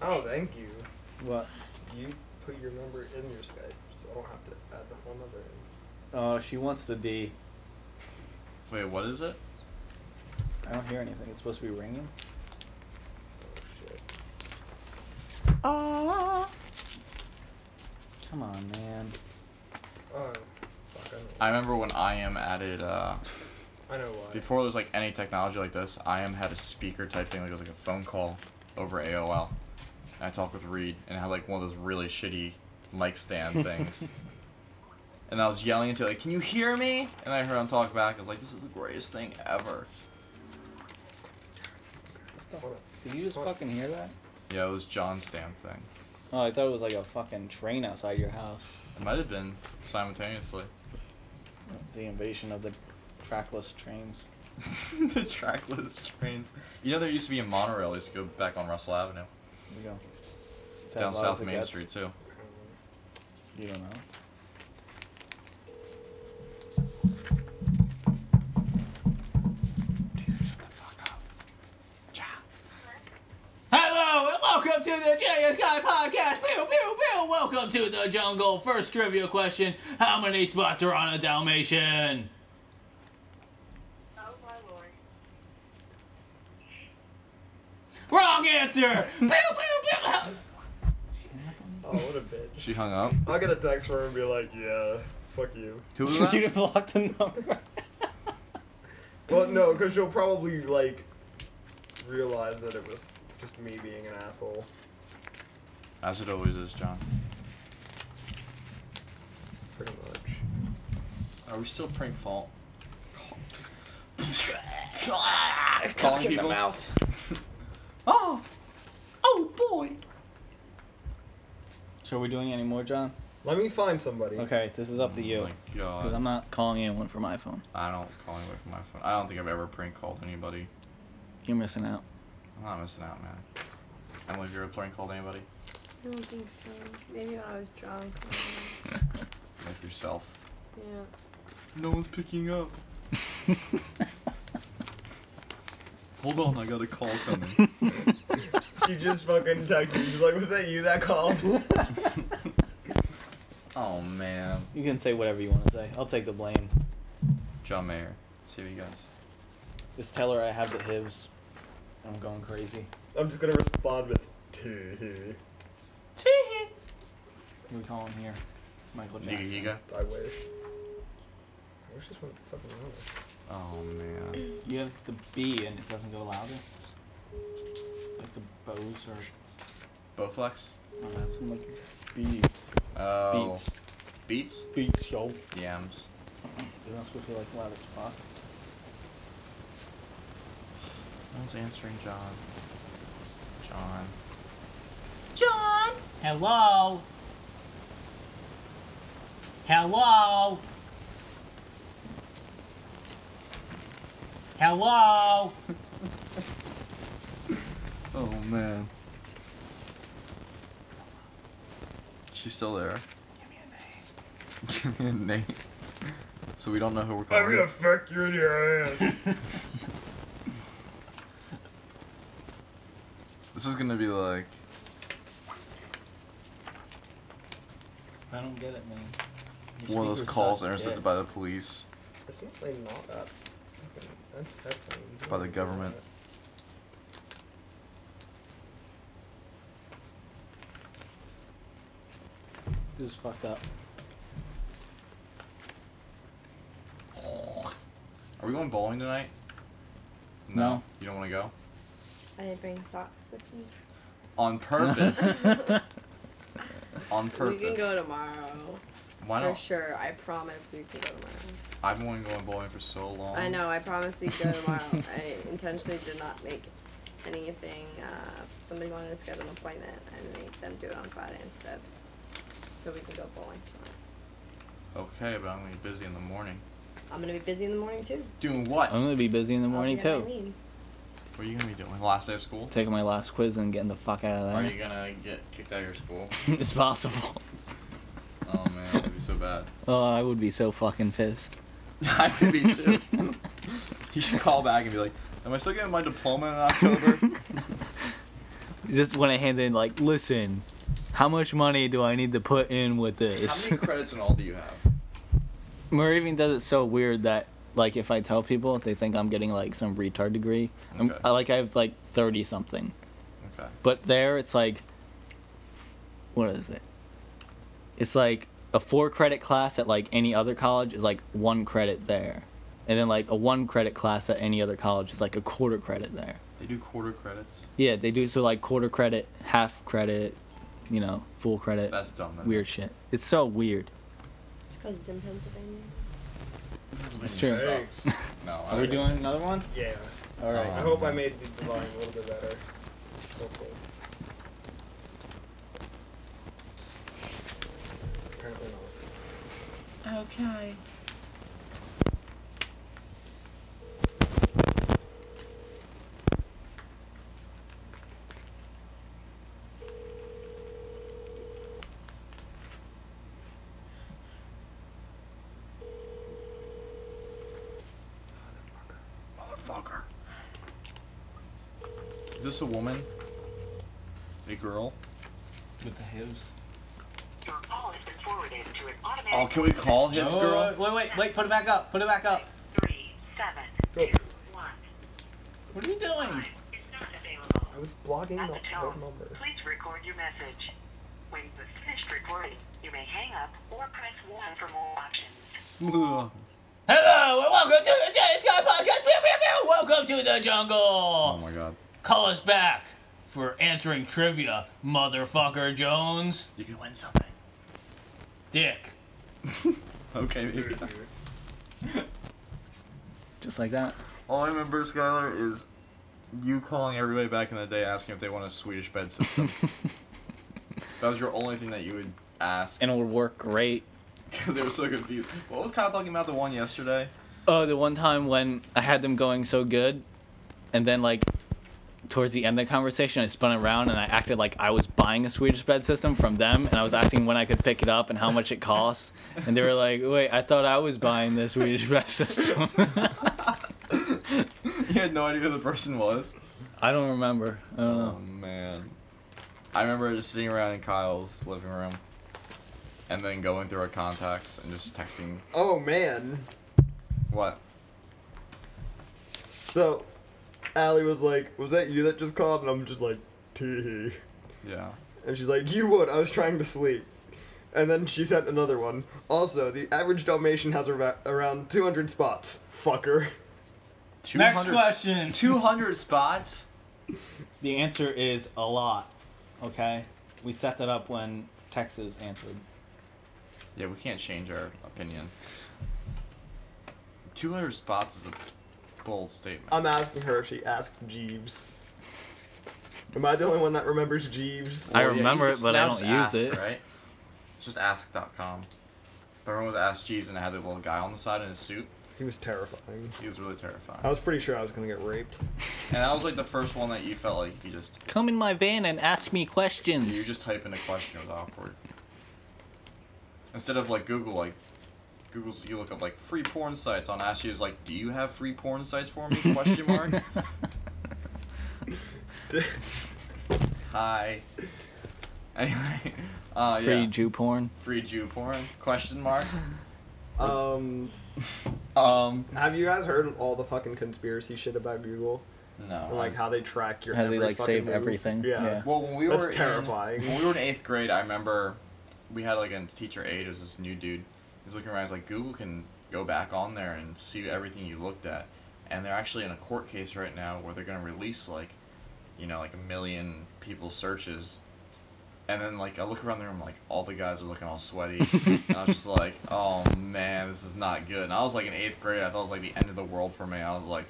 Oh, thank you.
What?
You put your number in your Skype, so I don't have to add the whole number in.
Oh, she wants the D.
Wait, what is it?
I don't hear anything. It's supposed to be ringing.
Oh shit.
Ah.
Come on, man.
Oh, fuck. I
I remember when I am added. Uh,
know. I know why.
Before there was like any technology like this, IM had a speaker type thing, like it was like a phone call over AOL. And I talked with Reed and I had like one of those really shitty mic stand things. and I was yelling into it, like, Can you hear me? And I heard him talk back. I was like, This is the greatest thing ever.
Hold on.
Did you just
What?
fucking hear that?
Yeah, it was John's damn thing.
Oh, I thought it was like a fucking train outside your house.
It might have been simultaneously.
the invasion of the trackless trains.
*laughs* the trackless trains. You know there used to be a monorail. that used to go back on Russell Avenue,
Here we go. It's as
down
loud
South
as it
Main
gets.
Street too.
You don't know.
Hello and welcome to the JS Guy Podcast. Pew pew pew. Welcome to the jungle. First trivia question: How many spots are on a Dalmatian?
Oh my lord.
Wrong answer. pew pew pew.
Oh, what a bitch.
She hung up.
I'll get a text from her and be like, yeah, fuck you.
Who *laughs* was
Should you have
that?
blocked the number?
Well, no, because she'll probably, like, realize that it was just me being an asshole.
As it always is, John.
Pretty much.
Are we still
*coughs*
prank fault? Calling people. mouth. *laughs* oh, oh boy.
So are we doing any more, John?
Let me find somebody.
Okay, this is up to
Oh
you.
my
Because
god.
I'm not calling anyone from my phone.
I don't call anybody from my phone. I don't think I've ever prank called anybody.
You're missing out.
I'm not missing out, man. Emily, have you ever prank called anybody?
I don't think so. Maybe when I was drunk. I don't
Like yourself?
know. Yeah.
No one's picking up. Hold on, I got a call coming.
She just fucking texted me. She's like, was that you that called?
*laughs*
*laughs*
oh man.
You can say whatever you want to say. I'll take the blame.
John Mayer. See you guys.
Just tell her I have the hibs. I'm going crazy.
I'm just gonna respond with, tee
Who we call him here? Michael
Yiga
Jackson.
yiga.
I wish. I wish this one fucking wrong.
Oh man.
You have the B and it doesn't go louder. Like the bows or
Bowflex?
oh, that's like B
Oh.
beats.
Beats?
Beats, yo.
Yams.
They're not supposed to be like loud as fuck.
I was answering John. John.
John!
Hello. Hello. Hello.
Oh man. She's still there. Give me a name. *laughs* Give me a name. So we don't know who we're calling.
fuck you in your ass.
This is gonna be like
I don't get it, man. Your
one of those
speakers
calls
suck
intercepted
dick.
by the police.
it's not like not that fucking. That's definitely.
By the government.
This is fucked
*laughs*
up.
Are we going bowling tonight?
No.
You don't want to go?
I didn't bring socks with me.
On
*laughs*
purpose. On purpose.
We can go tomorrow.
Why
For
not?
sure. I promise we can go tomorrow.
I've been wanting to go bowling for so long.
I know. I promise we go tomorrow. I intentionally did not make anything. Uh, somebody wanted to schedule an appointment and make them do it on Friday instead. So we can go bowling tomorrow.
Okay, but I'm gonna be busy in the morning.
I'm going to be busy in the morning too.
Doing
*laughs*
what?
Oh.
I'm
What
gonna be busy in the
I'll
morning
be at
too.
Eileen's.
are you gonna be doing? Last day of school?
Taking my last quiz and getting the fuck out of *laughs*
Are
there.
you gonna get kicked out of your school?
it's possible. *laughs*
Oh man, that'd be so bad.
Oh, I would be so fucking pissed.
*laughs* I would be too. you should call back and be like, "Am I still getting my diploma in *laughs* October?"
*laughs* Just when I hand in, like, listen, how much money do I need to put in with
How
this? *laughs*
many credits in all do you have?
Maraving does it so weird that, like, if I tell people, they think I'm getting, like, some retard degree. I'm,
Okay.
I, like, I have, like, 30 something.
Okay.
But there, it's like, what is it? It's like a four credit class at like any other college is like one credit there. And then like a one credit class at any other college is like a quarter credit there.
They do quarter credits.
Yeah, they do so like quarter credit, half credit, you know, full credit.
That's dumb. That
weird shit. It's so weird.
It's because it's in Pennsylvania.
It's true.
Sucks. *laughs* No. I-
another one?
Yeah.
All
right.
I hope I made the volume a little bit better. Hopefully. Apparently not.
Okay.
this a woman? A girl?
With the hibs.
Your call has been forwarded to an automatic.
Oh, can we call hibs girl?
Wait, wait, wait, put it back up. Put it back up.
Oh.
Three, seven, two, one.
What are you doing?
Is not available.
I was blogging
At
the
the
whole
tone,
number.
please record your message. When you've finished recording, you may hang up or press one for more options.
Hello and welcome to the Giant Sky Podcast. Pew, pew, pew. Welcome to the
Oh
jungle.
my god.
Call us back for answering trivia, motherfucker Jones.
You can win something.
Dick.
Okay, maybe. *laughs*
Just like that.
All I remember, Skylar, is you calling everybody back in the day asking if they want a Swedish bed system.
*laughs*
that was your only thing that you would ask. *laughs*
And it would work great.
Because they were so confused. What was Kyle talking about the one yesterday? *laughs*
Oh, the one time when I had them going so good, and then like towards the end of the conversation, I spun around and I acted like I was buying a Swedish bed system from them, and I was asking when I could pick it up and how much it cost, and they were like, "Wait, I thought I was buying the Swedish *laughs* bed system."
You had no idea who the person was.
I don't remember. I
Uh.
don't
Oh
know.
man. I remember just sitting around in Kyle's living room and then going through our contacts and just texting
Oh man.
what?
So, Allie was like, "Was that you that just called?" And I'm just like, "Tee." hee."
Yeah.
And she's like, "You would." I was trying to sleep. And then she sent another one. Also, the average Dalmatian has arou- around 200 spots. Fucker.
Next question.
200 spots?
The answer is a lot. Okay? We set that up when Texas answered.
Yeah, we can't change our opinion. 200 spots is a bold statement.
I'm asking her. She asked Jeeves. Am I the only one that remembers Jeeves?
I
Well, yeah, you
remember
just-
it, but I
now
don't
just
use it.
ask, Right? It's just ask.com. But everyone was Ask Jeeves and it had the little guy on the side in his suit.
He was terrifying.
He was really terrifying.
I was pretty sure I was gonna get raped. *laughs*
And that was like the first one that you felt like you just
Come in my van and ask me
You
questions.
just type in a question. It was awkward. Instead of like Google, like Google's, you look up like free porn sites on Ask Jeeves. Like, do you have free porn sites for me?
*laughs*
Question mark. Hi. Anyway, *laughs* uh,
Free
yeah,
Jew porn.
free Jew porn? Question mark.
Um,
Um,
have you guys heard all the fucking conspiracy shit about Google?
no.
And, like how they track your
How they,
every
like,
fucking
save
move?
everything?
Yeah.
Yeah.
Well, when we
That's
were in-
terrifying.
when we were in eighth grade, I remember we had like a teacher aide. It was this new dude. He's looking around. He's like, Google can go back on there and see everything you looked at. And they're actually in a court case right now where they're gonna release like, you know, like a million people's searches. And then like I look around the room, like all the guys are looking all
*laughs*
sweaty. and I was just like, oh man, this is not good. And I was like in eighth grade. I thought it was like the end of the world for me. I was like.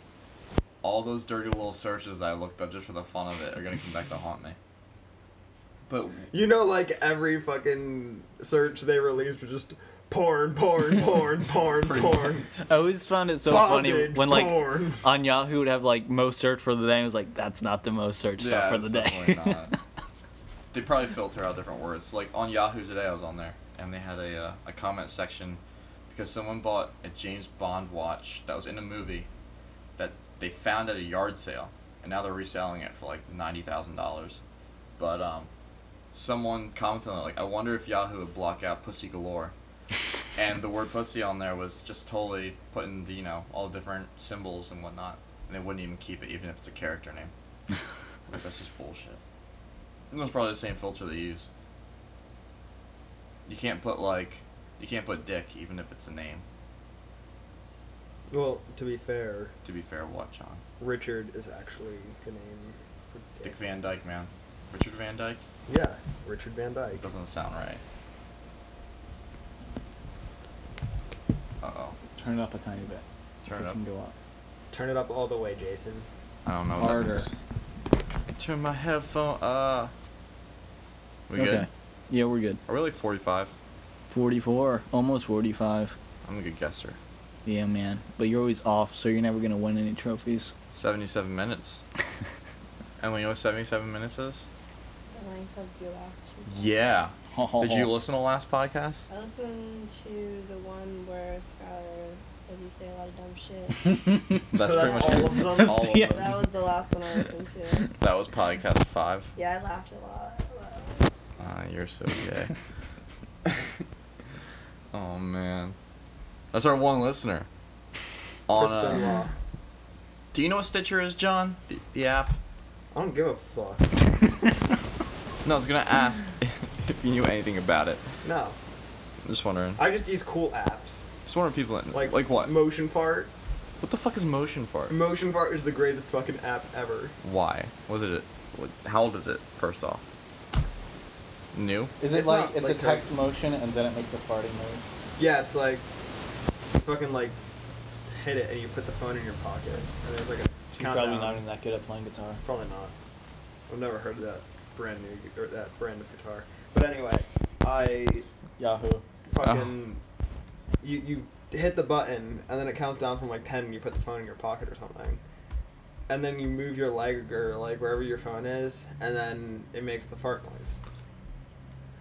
All those dirty little searches that I looked up just for the fun of it are gonna come back to haunt me. But
You know, like every fucking search they released was just
*laughs*
porn, porn, porn, porn,
Pretty
porn,
I always found it so funny
bondage,
when like
porn.
on Yahoo would have like most searched for the day. and It was like that's not the most searched stuff for the
it's
day.
definitely
*laughs*
not. they probably filter out different words. Like on Yahoo today, I was on there and they had a uh, a comment section because someone bought a James Bond watch that was in a movie that they found at a yard sale and now they're reselling it for like ninety thousand dollars. But um, someone commented on it like, I wonder if Yahoo would block out
*laughs*
pussy galore. and the word pussy on there was just totally putting the, you know all different symbols and whatnot, and they wouldn't even keep it even if it's a character name. Like, that's just bullshit. And that's probably the same filter they use. You can't put like, you can't put dick even if it's a name.
Well, to be fair,
To be fair, what John?
Richard is actually the name for
Dick Van Dyke, man. Richard Van Dyke
Yeah, Richard Van Dyke.
doesn't sound right. Uh oh.
Turn it up a tiny bit.
Turn
so
it
it
up.
can go up.
Turn it up all the way, Jason.
I don't know. what that
Harder.
means. Turn my headphone. Uh. We
okay.
good?
Yeah, we're good.
Are we like forty-five?
44, almost 45.
I'm a good guesser.
Yeah, man. But you're always off, so you're never gonna win any trophies. *laughs*
Seventy-seven minutes. and we know what seventy-seven minutes is?
The length of your last two.
Yeah.
*laughs*
Uh,
Did you listen to last podcast?
I listened to the one where Skylar said you say a lot of
*laughs*
dumb shit.
That's
*laughs*
So
pretty
that's
much
all
it.
of them?
All of
Yeah.
them.
that was the last one I listened to.
That was podcast five.
Yeah, I laughed a lot.
Ah, you're so gay. *laughs* oh man, that's our one listener. On
Chris
uh,
Benoit.
do you know what Stitcher is, John? The, the
*laughs*
app.
I don't give a fuck.
No, I was gonna ask *laughs* if you knew anything about it.
No,
I'm just wondering.
I just use cool apps
Just wondering people that, like
like
like what?
Motion fart.
what the fuck is motion fart?
Motion fart is the greatest fucking app ever.
Why? Was it? What, how old is it? First off. New.
Is it
It's
like
not
it's
like
a
that.
text motion and then it makes a farting noise?
Yeah, it's like you fucking like hit it and you put the phone in your pocket and there's like a
She's
countdown.
probably not even that good at playing guitar.
Probably not. I've never heard of that brand new or that brand of guitar. But anyway, I
Yahoo.
fucking you you hit the button and then it counts down from like ten and you put the phone in your pocket or something. And then you move your leg or like wherever your phone is and then it makes the fart noise.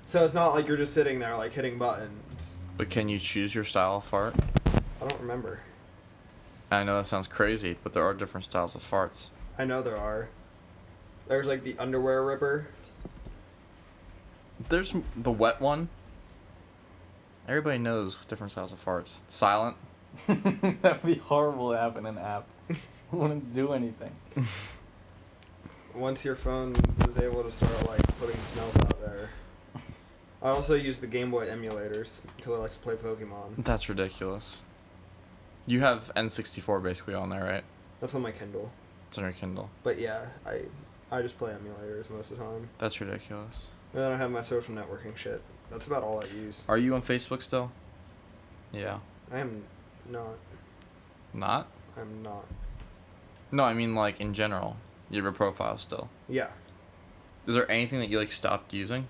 So it's not like you're just sitting there like hitting buttons.
But can you choose your style of fart?
I don't remember.
I know that sounds crazy, but there are different styles of farts.
I know there are. There's like the underwear ripper.
There's m- the wet one. Everybody knows different styles of farts. Silent.
*laughs* That'd be horrible to have in an app. *laughs* Wouldn't do anything.
Once your phone was able to start like putting smells out there. I also use the Game Boy emulators because I like to play Pokemon.
That's ridiculous. You have N64 basically on there, right?
That's on my Kindle.
It's on your Kindle.
But yeah, I I just play emulators most of the time.
That's ridiculous.
And then I have my social networking shit. That's about all I use.
Are you on Facebook still? Yeah.
I am not.
Not?
I'm not.
No, I mean like in general. You have a profile still.
Yeah.
Is there anything that you like stopped using?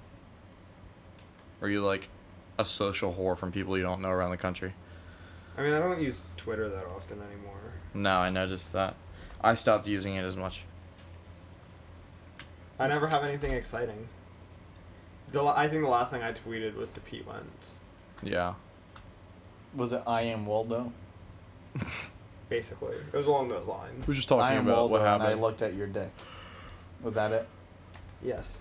Are you like a social whore from people you don't know around the country?
I mean, I don't use Twitter that often anymore.
No, I noticed that. I stopped using it as much.
I never have anything exciting. The la- I think the last thing I tweeted was to Pete Wentz,
Yeah.
Was it I am Waldo?
basically. It was along those lines.
We're just
I
talking
am
about
Waldo
what happened.
and I looked at your dick. Was that it?
Yes.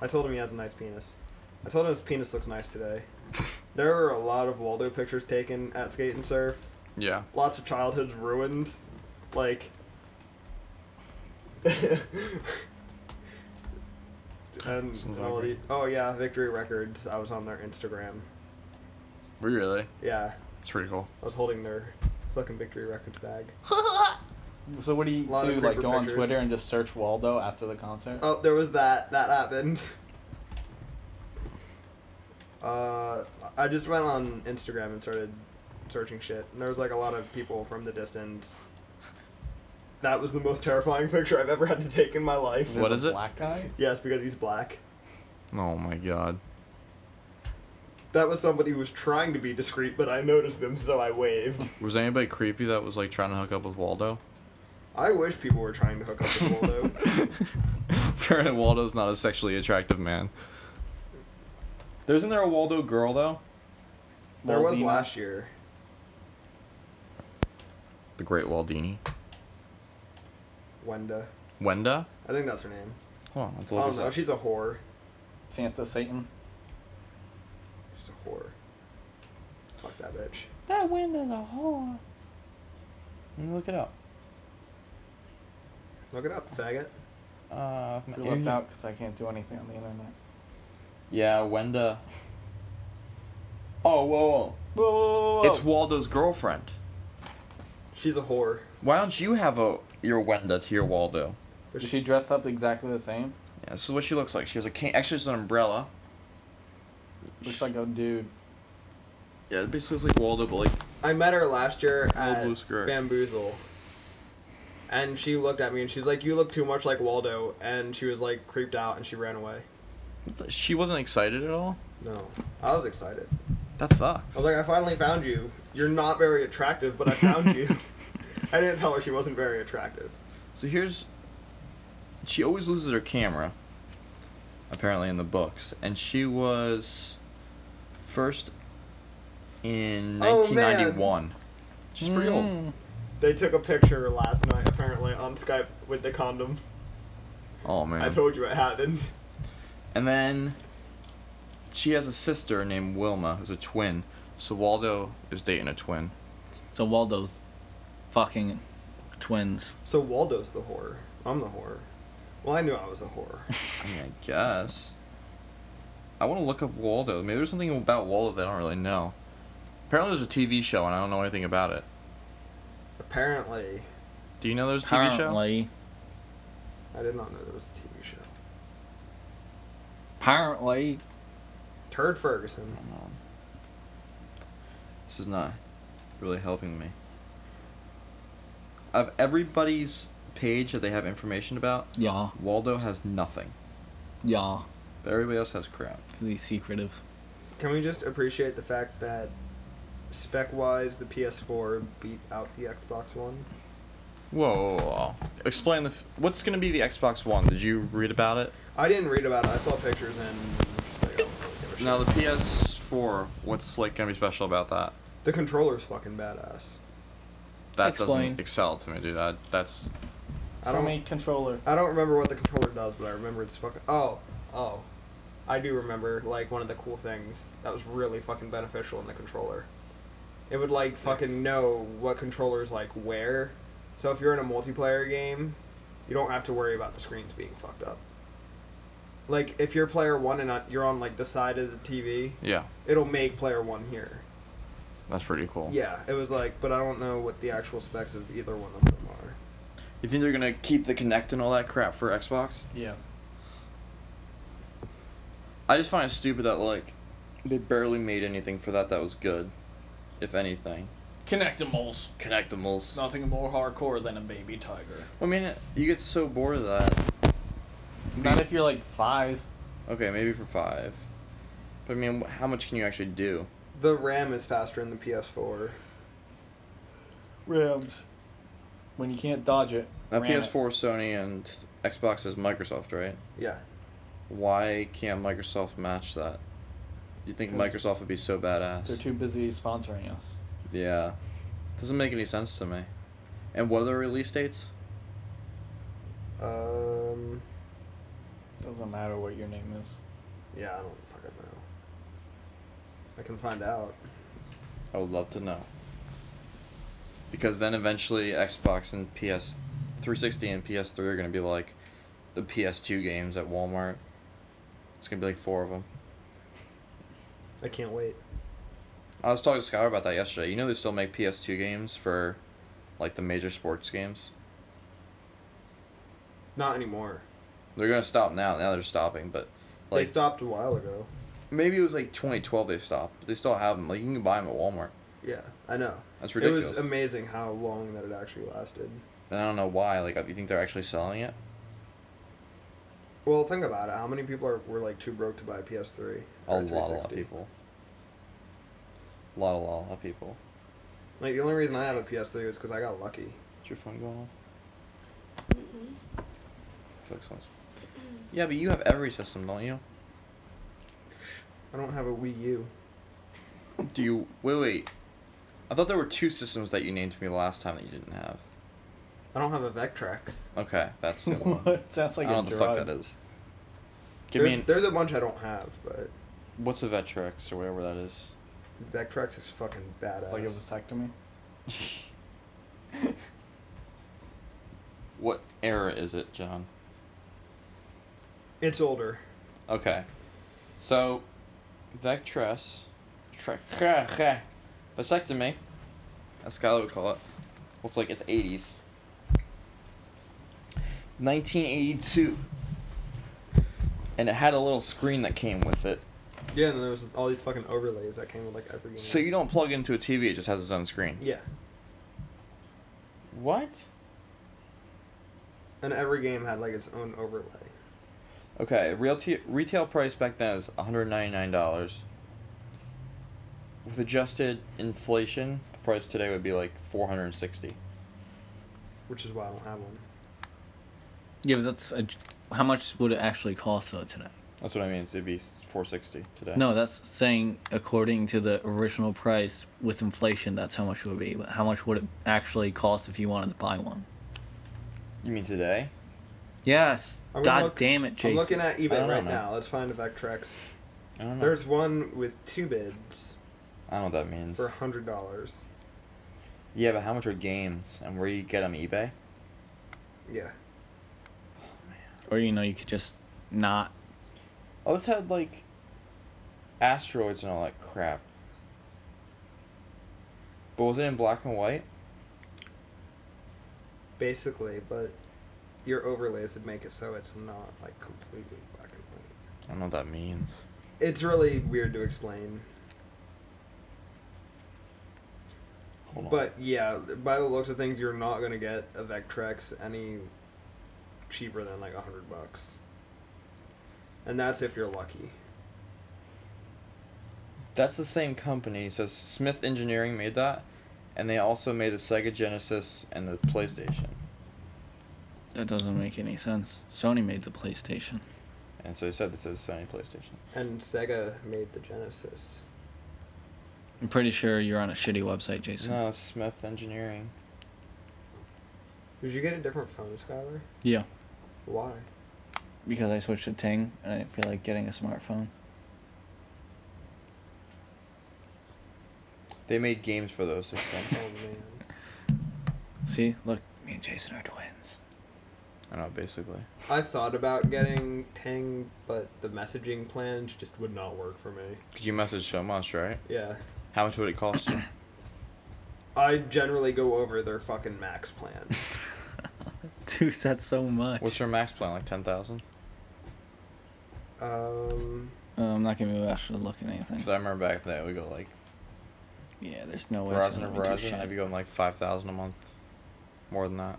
I told him he has a nice penis. I told him his penis looks nice today.
*laughs*
There were a lot of Waldo pictures taken at Skate and Surf.
yeah.
Lots of childhoods ruined. Like. *laughs* and
Sounds
all
like
the. Oh, yeah, Victory Records. I was on their Instagram.
Really?
Yeah,
It's pretty cool.
I was holding their fucking Victory Records bag.
So what do you
Lot of
do? Like
creeper
go on
pictures.
Twitter and just search Waldo after the concert?
Oh, there was that. That happened. Uh, I just went on Instagram and started searching shit, and there was like a lot of people from the distance. That was the most terrifying *laughs* picture I've ever had to take in my life.
There's
What
a
is it?
Black guy?
Yes, because he's black.
Oh my god.
That was somebody who was trying to be discreet, but I noticed them, so I waved.
Was anybody creepy that was like trying to hook up with *laughs* Waldo?
I wish people were trying to hook up with Waldo.
Apparently Waldo's not a sexually attractive man. There isn't there a Waldo girl though?
there was
Waldina?
last year.
The Great Waldini.
Wenda.
Wenda?
I think that's her name.
Hold on, I have to
I
look
don't
this
know.
up.
She's a whore.
Santa Satan.
She's a whore. Fuck that bitch.
That Wenda's a whore. Let me look it up.
Look it up, faggot.
Uh,
You're left out because I can't do anything on the internet.
Yeah, Wenda. Oh, whoa, whoa.
Whoa, whoa, whoa, whoa,
It's
whoa.
Waldo's girlfriend.
She's a whore.
Why don't you have a your Wenda to your Waldo?
Is she dressed up exactly the same?
Yeah, this is what she looks like. She has a cane. Actually, it's an umbrella.
Looks like a dude.
Yeah, it basically looks like Waldo, but like
I met her last year
Little
at
blue skirt.
Bamboozle. And she looked at me and she's like, You look too much like Waldo. And she was like creeped out and she ran away.
she wasn't excited at all.
No. I was excited.
That sucks.
I was like, I finally found you. You're not very attractive, but I
*laughs*
found you. I didn't tell her she wasn't very attractive.
so here's. She always loses her camera. Apparently in the books, and she was first in
Oh, man.
1991. She's pretty
Mm.
old.
They took a picture last night, apparently, on Skype with the condom.
Oh man.
I told you it happened.
And then she has a sister named Wilma who's a twin. So Waldo is dating a twin.
So Waldo's fucking twins.
So Waldo's the horror. I'm the horror. Well, I knew I was a
*laughs*
horror.
I mean, I guess. I want to look up Waldo. Maybe there's something about Waldo that I don't really know. Apparently, there's a TV show and I don't know anything about it.
apparently,
Do you know there's a TV show?
Apparently,
I did not know there was a TV show.
apparently,
Turd Ferguson.
Um, this is not really helping me. Of everybody's page that they have information about,
yeah,
Waldo has nothing.
yeah,
But everybody else has crap.
'cause he's secretive.
Can we just appreciate the fact that spec wise, the PS4 beat out the Xbox One?
Whoa, whoa, whoa. Explain the. F- what's going to be the Xbox One? Did you read about it?
I didn't read about it. I saw pictures and I'm just like, I don't really give a shit.
Now, the PS4, what's like going to be special about that?
the controller's fucking badass.
That
Explain.
doesn't excel to me, dude. I, that's.
I
From
don't.
a controller.
I don't remember what the controller does, but I remember it's fucking. Oh, oh, I do remember like one of the cool things that was really fucking beneficial in the controller. It would like fucking know what controllers like where, so if you're in a multiplayer game, you don't have to worry about the screens being fucked up. Like if you're player one and not, you're on like the side of the TV,
Yeah,
it'll make player one here.
that's pretty cool.
Yeah, it was like, but I don't know what the actual specs of either one of them are.
You think they're going to keep the Kinect and all that crap for Xbox?
Yeah.
I just find it stupid that like they barely made anything for that that was good, if anything.
Connectimals.
Connectimals.
Nothing more hardcore than a baby tiger.
I mean, you get so bored of that.
Not if you're like five.
Okay, maybe for five. But I mean, wh- how much can you actually do?
The RAM is faster in the PS4.
Rams. When you can't dodge it.
Now,
ram it.
PS4, Sony, and Xbox is Microsoft, right?
Yeah.
Why can't Microsoft match that? You think
'Cause
Microsoft would be so
They're
badass?
too busy sponsoring us.
yeah, doesn't make any sense to me. And what are the release dates?
Um.
Doesn't matter what your name
*laughs*
is.
Yeah, I don't fucking know. I can find out.
I would love to know. Because then eventually Xbox and PS 360 and PS3 are going to be like the PS2 games at Walmart. It's going to be like four of them.
I can't wait.
I was talking to Skylar about that yesterday. You know they still make PS2 games for like the major sports games?
Not anymore.
They're going to stop now. Now they're stopping, but
they
like
stopped a while ago.
maybe it was like 2012 they stopped. But they still have them. Like you can buy them at Walmart.
Yeah, I know.
That's ridiculous.
It was amazing how long that it actually lasted.
and I don't know why. Like you think they're actually selling it?
Well, think about it. How many people are were like too broke to buy a PS3?
A
or
lot, a lot of
360?
people. A lot, a lot, a lot of people.
Like the only reason I have a PS3 is because I got lucky.
Is your phone going off? Fuck sounds. Yeah, but you have every system, don't you?
I don't have a Wii U.
Do you? Wait, wait. I thought there were two systems that you named to me last time that you didn't have.
I don't have a Vectrex.
Okay, that's the other
*laughs*
one.
What? Sounds like
I
a
don't know what the fuck
drug.
that is. Give
There's,
me an,
there's a bunch I don't have, but
what's a Vectrex or whatever that is.
Vectrex is fucking badass.
It's like a vasectomy.
What era is it, John?
it's older.
Okay, so *laughs* Vectrex, tre- vasectomy, as Skylar would call it. Looks like it's eighties. Nineteen eighty-two, and it had a little screen that came with it.
Yeah, and there was all these fucking overlays that came with like every game.
So you don't plug into a TV; it just has its own screen.
Yeah,
What?
and every game had like its own overlay.
Okay, real t- retail price back then is one hundred ninety nine dollars. With adjusted inflation, the price today would be like four hundred sixty.
which is why I don't have one.
Yeah, but that's a, how much would it actually cost though today?
That's what I mean. It'd be 460 today.
No, that's saying according to the original price with inflation, that's how much it would be. But how much would it actually cost if you wanted to buy one?
You mean today?
Yes.
I'm gonna
God
look-
damn it, Jason.
I'm looking at
I
eBay
don't
right
know.
now. Let's find a Vectrex.
I don't know.
There's one with two bids
I don't know what that means.
for hundred dollars.
Yeah, but how much are games and where you get them? eBay?
Yeah.
or you know, you could just not.
Oh, this had like asteroids and all that crap. But was it in black and white?
basically, but your overlays would make it so it's not like completely black and white.
I don't know what that means.
It's really weird to explain,
Hold on.
but yeah, by the looks of things, you're not gonna get a Vectrex any cheaper than like a hundred bucks, and that's if you're lucky.
that's the same company. So Smith Engineering made that, and they also made the Sega Genesis and the PlayStation.
That doesn't make any sense. Sony made the PlayStation.
And so they said this is Sony PlayStation.
And Sega made the Genesis.
I'm pretty sure you're on a shitty website, Jason.
No, Smith Engineering.
Did you get a different phone, Skylar?
Yeah.
Why?
Because I switched to Ting, and I feel like getting a smartphone.
They made games for those
*coughs*
Oh
systems.
man,
See, look, me and Jason are twins. *laughs*
I know, basically.
I thought about getting Ting, but the messaging plans just would not work for me.
Because you message so much, right?
Yeah.
How much would it
*coughs*
cost you?
I generally go over their fucking max plan.
Dude, that's so much.
What's your max plan? Like ten thousand?
Um,
Uh, I'm not gonna be able to look at anything.
Because I remember back then we go like
Yeah, there's no way. it's
Verizon
Oh, gonna
or
be too
Verizon.
shit.
I'd be going like five thousand a month, more than that.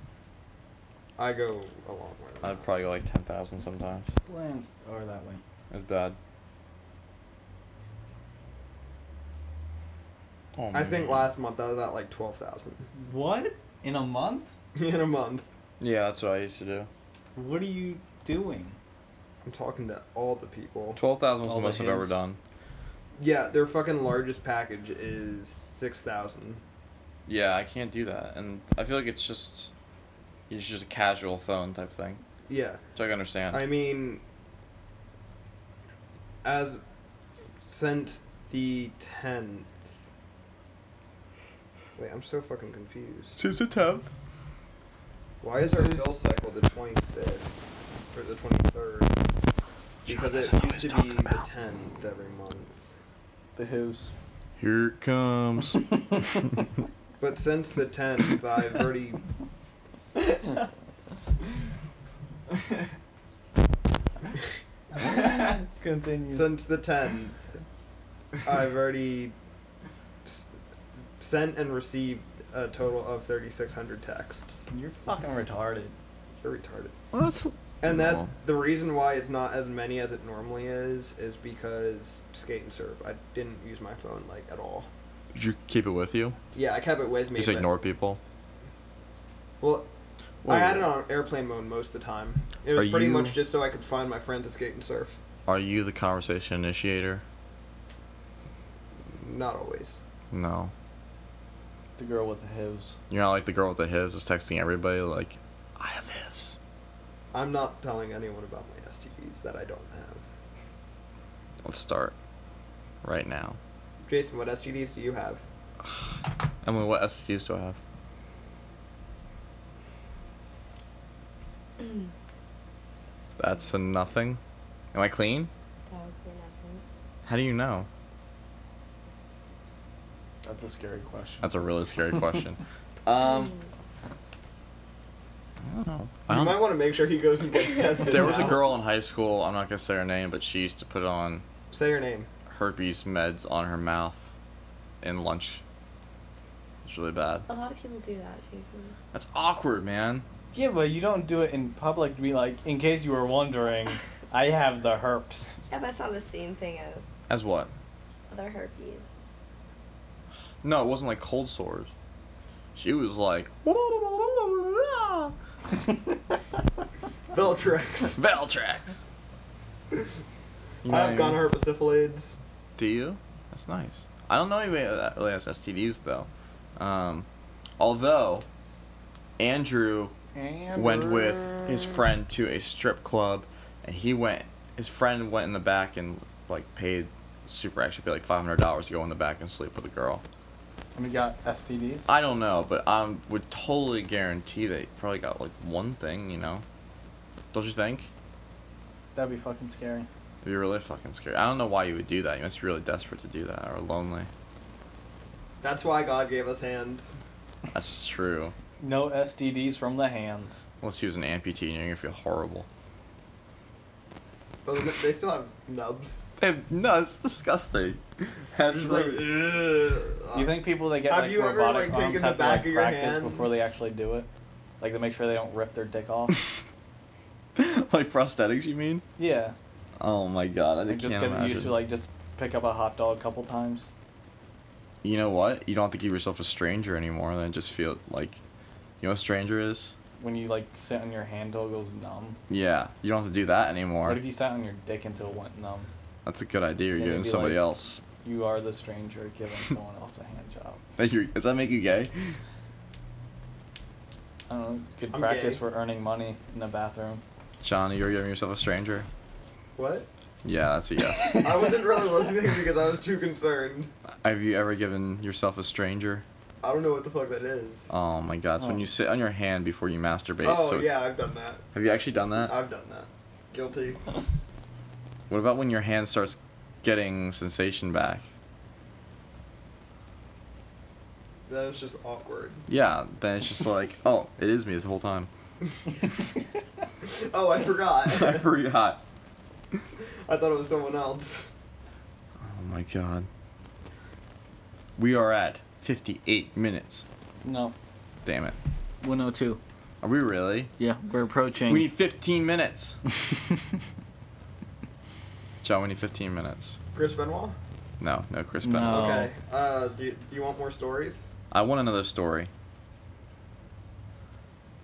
I go a lot more than
I'd
that.
probably go like ten thousand sometimes.
Plans are that way.
It's bad. Oh,
I think
man.
last month I was at like twelve thousand *laughs*
What? In a month?
in a month.
Yeah, that's what I used to do.
What are you doing?
I'm talking to all the people.
Twelve thousand was
All
the
the
most I've ever
hymns.
done.
Yeah, their fucking largest package is six thousand.
Yeah, I can't do that, and I feel like it's just, it's just a casual phone type thing,
Yeah,
which I can understand.
I mean, as since the tenth. Wait, I'm so fucking confused.
Choose a tab.
Why is our bill cycle the 25th or the 23rd? Because it used to be the 10th every month.
The hooves.
Here it comes.
But since the 10th, I've already.
Continue.
Since the 10th, I've already s- sent and received a total of 3,600 texts.
You're fucking retarded.
You're retarded.
Well, that's
And that
Well.
the reason why it's not as many as it normally is is because skate and surf. I didn't use my phone like at all.
Did you keep it with you?
Yeah, I kept it with me.
Just
but-
ignore people.
Well,
Whoa.
I had it on airplane mode most of the time. It was
Are
pretty
you-
much just so I could find my friends and skate and surf.
Are you the conversation initiator?
Not always.
No.
The girl with the hooves.
You're not like the girl with the his is texting everybody like, I have hivs.
I'm not telling anyone about my STDs that I don't have.
Let's start right now.
Jason, what STDs do you have?
Emily, what STDs do I have? That's a nothing. Am I clean?
That would be nothing.
How do you know?
That's a scary question.
That's a really scary question. um,
Hmm.
I don't know. I
You
don't
might
know.
want to make sure he goes
*laughs*
and gets tested.
There was a
now.
girl in high school. I'm not gonna say her name, but she used to put on
Say your name.
herpes meds on her mouth in lunch. It's really bad.
A lot of people do that, Jason.
That's awkward, man.
Yeah, but you don't do it in public to be like, in case you were wondering, I have the herps.
Yeah, but it's not the same thing as
As what?
other herpes.
No, it wasn't like cold sores. She was like
Veltrex.
*laughs* Valtrax.
You know what I
I've gonorrhea
mean?
passifilades.
Do you? That's nice. I don't know anybody that really has STDs though. Um, although Andrew went with his friend to a strip club, and he went. His friend went in the back and like paid super actually paid like five hundred dollars to go in the back and sleep with a girl.
And we got STDs.
I don't know, but I would totally guarantee they probably got like one thing, you know. Don't you think?
That'd be fucking scary.
It'd be really fucking scary. I don't know why you would do that. You must be really desperate to do that or lonely.
That's why God gave us hands.
That's true.
No STDs from the hands.
Unless he was an amputee, and you're gonna feel horrible.
But they still have nubs.
no, it's
*laughs*
disgusting. That's
It's like, ugh.
You think people that get
Have
like
you ever,
robotic
like,
arms
taken the
have to
back
like
of your
practice before they
hands?
actually do it? Like to make sure they don't rip their dick off.
*laughs* like prosthetics, you mean?
yeah.
Oh my god, I
Like
think
just
just
get
can't imagine.
used to like just pick up a hot dog a couple times.
you know what? You don't have to give yourself a stranger anymore. Then just feel like, you know, what a stranger is.
When you like sit on your hand till it goes numb.
Yeah, you don't have to do that anymore.
What if you sat on your dick until it went numb?
That's a good idea. You're
Then
giving
it'd be
somebody
like-
else. *laughs*
You are the stranger giving
*laughs*
someone else a hand job.
That you does that make you gay?
I don't know. Good
I'm
practice
gay.
for earning money in the bathroom.
Johnny, you're giving yourself a stranger.
What?
Yeah, that's a yes.
*laughs*
I wasn't really listening because I was too concerned.
have you ever given yourself a stranger?
I don't know what the fuck that is.
Oh my god, it's when
Oh.
you sit on your hand before you masturbate.
oh
so it's,
yeah, I've done that.
Have you actually done that?
I've done that. Guilty.
What about when your hand starts getting sensation back?
That is just awkward.
Yeah, then it's just like, *laughs* oh, it is me this whole time. *laughs*
Oh, I forgot.
I forgot.
I thought it was someone else.
Oh my god. We are at 58 minutes.
No.
Damn it.
102.
Are we really?
Yeah, we're approaching.
We need 15
*laughs*
minutes. John, we need 15 minutes.
Chris Benoit.
No, no, Chris
No.
Benoit.
Okay. Uh, do you, do you want more stories?
I want another story.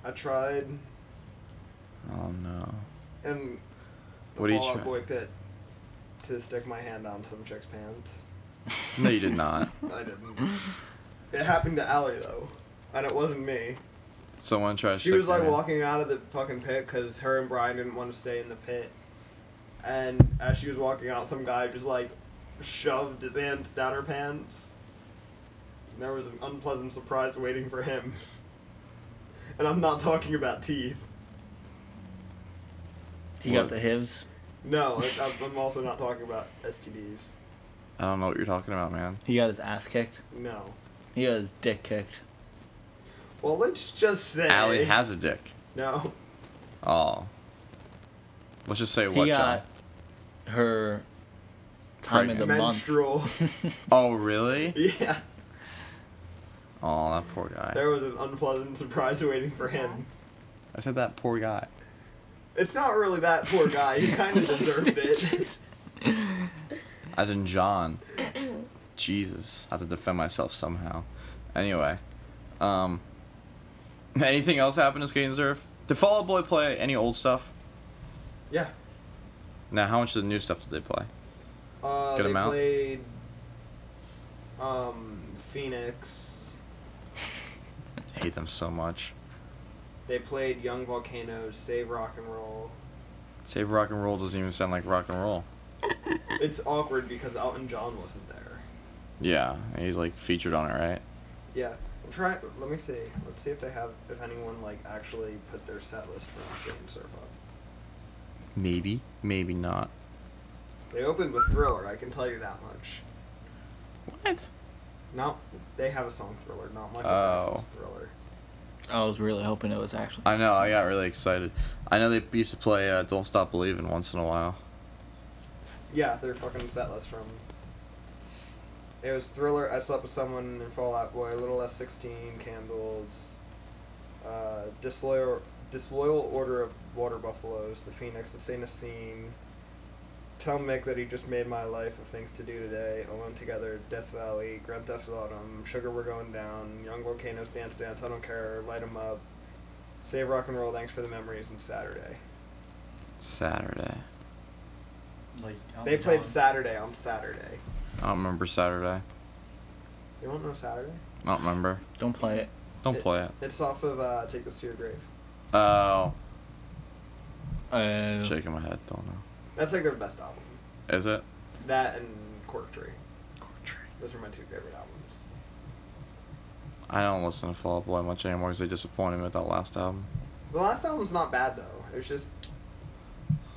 I tried,
Oh no.
and the
What do you
Fallout
try-
Boy pit to stick my hand on some chick's pants.
No, you did
*laughs*
not.
I didn't. it happened to Allie though, and it wasn't me.
Someone tried to
She
stick
was like
their hand-
walking out of the fucking pit because her and Brian didn't want to stay in the pit. And as she was walking out, some guy just like shoved his hands down her pants. And there was an unpleasant surprise waiting for him. *laughs* And I'm not talking about teeth.
you got the HIVs.
No, I- I'm- I'm also not talking about STDs.
I don't know what you're talking about, man.
He got his ass kicked.
No.
He got his dick kicked.
Well, let's just say.
Allie has a dick.
No.
Oh. Let's just say what,
he
John?
got her time of the month.
menstrual. *laughs*
Oh, really?
yeah.
Oh, that poor guy.
There was an unpleasant surprise waiting for him.
I said that poor guy.
It's not really that poor guy. He kind of deserved it.
As in John. Jesus. I have to defend myself somehow. Anyway. Um. *laughs* Anything else happened to Skate and Surf? Did Fall Out Boy play any old stuff?
Yeah.
Now, how much of the new stuff did they play?
Uh,
Get
they
him out.
played um, Phoenix.
I hate them so much.
They played Young Volcanoes, Save Rock and Roll.
Save Rock and Roll doesn't even sound like rock and roll.
It's awkward because Elton John wasn't there.
Yeah, he's like featured on it, right?
Yeah. I'm trying. Let me see. Let's see if they have if anyone like actually put their set list for Skate and Surf up.
Maybe, maybe not.
They opened with Thriller. I can tell you that much.
What?
No, they have a song Thriller, not Michael
Oh.
Jackson's Thriller.
I was really hoping it was actually.
I know. I got really excited. I know they used to play uh, "Don't Stop Believing" once in a while.
Yeah, their fucking set list from. It was Thriller, I Slept with Someone, and Fallout Boy, Little Less 16, Candles, uh, Disloyal, Disloyal Order of Water Buffaloes, The Phoenix, The Saint Scene, Tell Mick That He Just Made My Life of Things to Do Today, Alone Together, Death Valley, Grand Theft Autumn, Sugar We're Going Down, Young Volcanoes, Dance Dance, I Don't Care, Light 'Em Up, Save Rock and Roll, Thanks for the Memories, and Saturday.
Saturday.
Like
They
Elton John.
played Saturday on Saturday.
I don't remember Saturday.
You don't know Saturday?
I don't remember.
Don't play it.
Don't play it.
It's off of uh, Take This to Your Grave.
Oh,
Uh,
shaking my head. Don't know.
That's like their best album.
Is it?
That and Cork Tree. Those are my two favorite albums.
I don't listen to Fall Out Boy much anymore because they disappointed me with that last album.
The last album's not bad though. It was just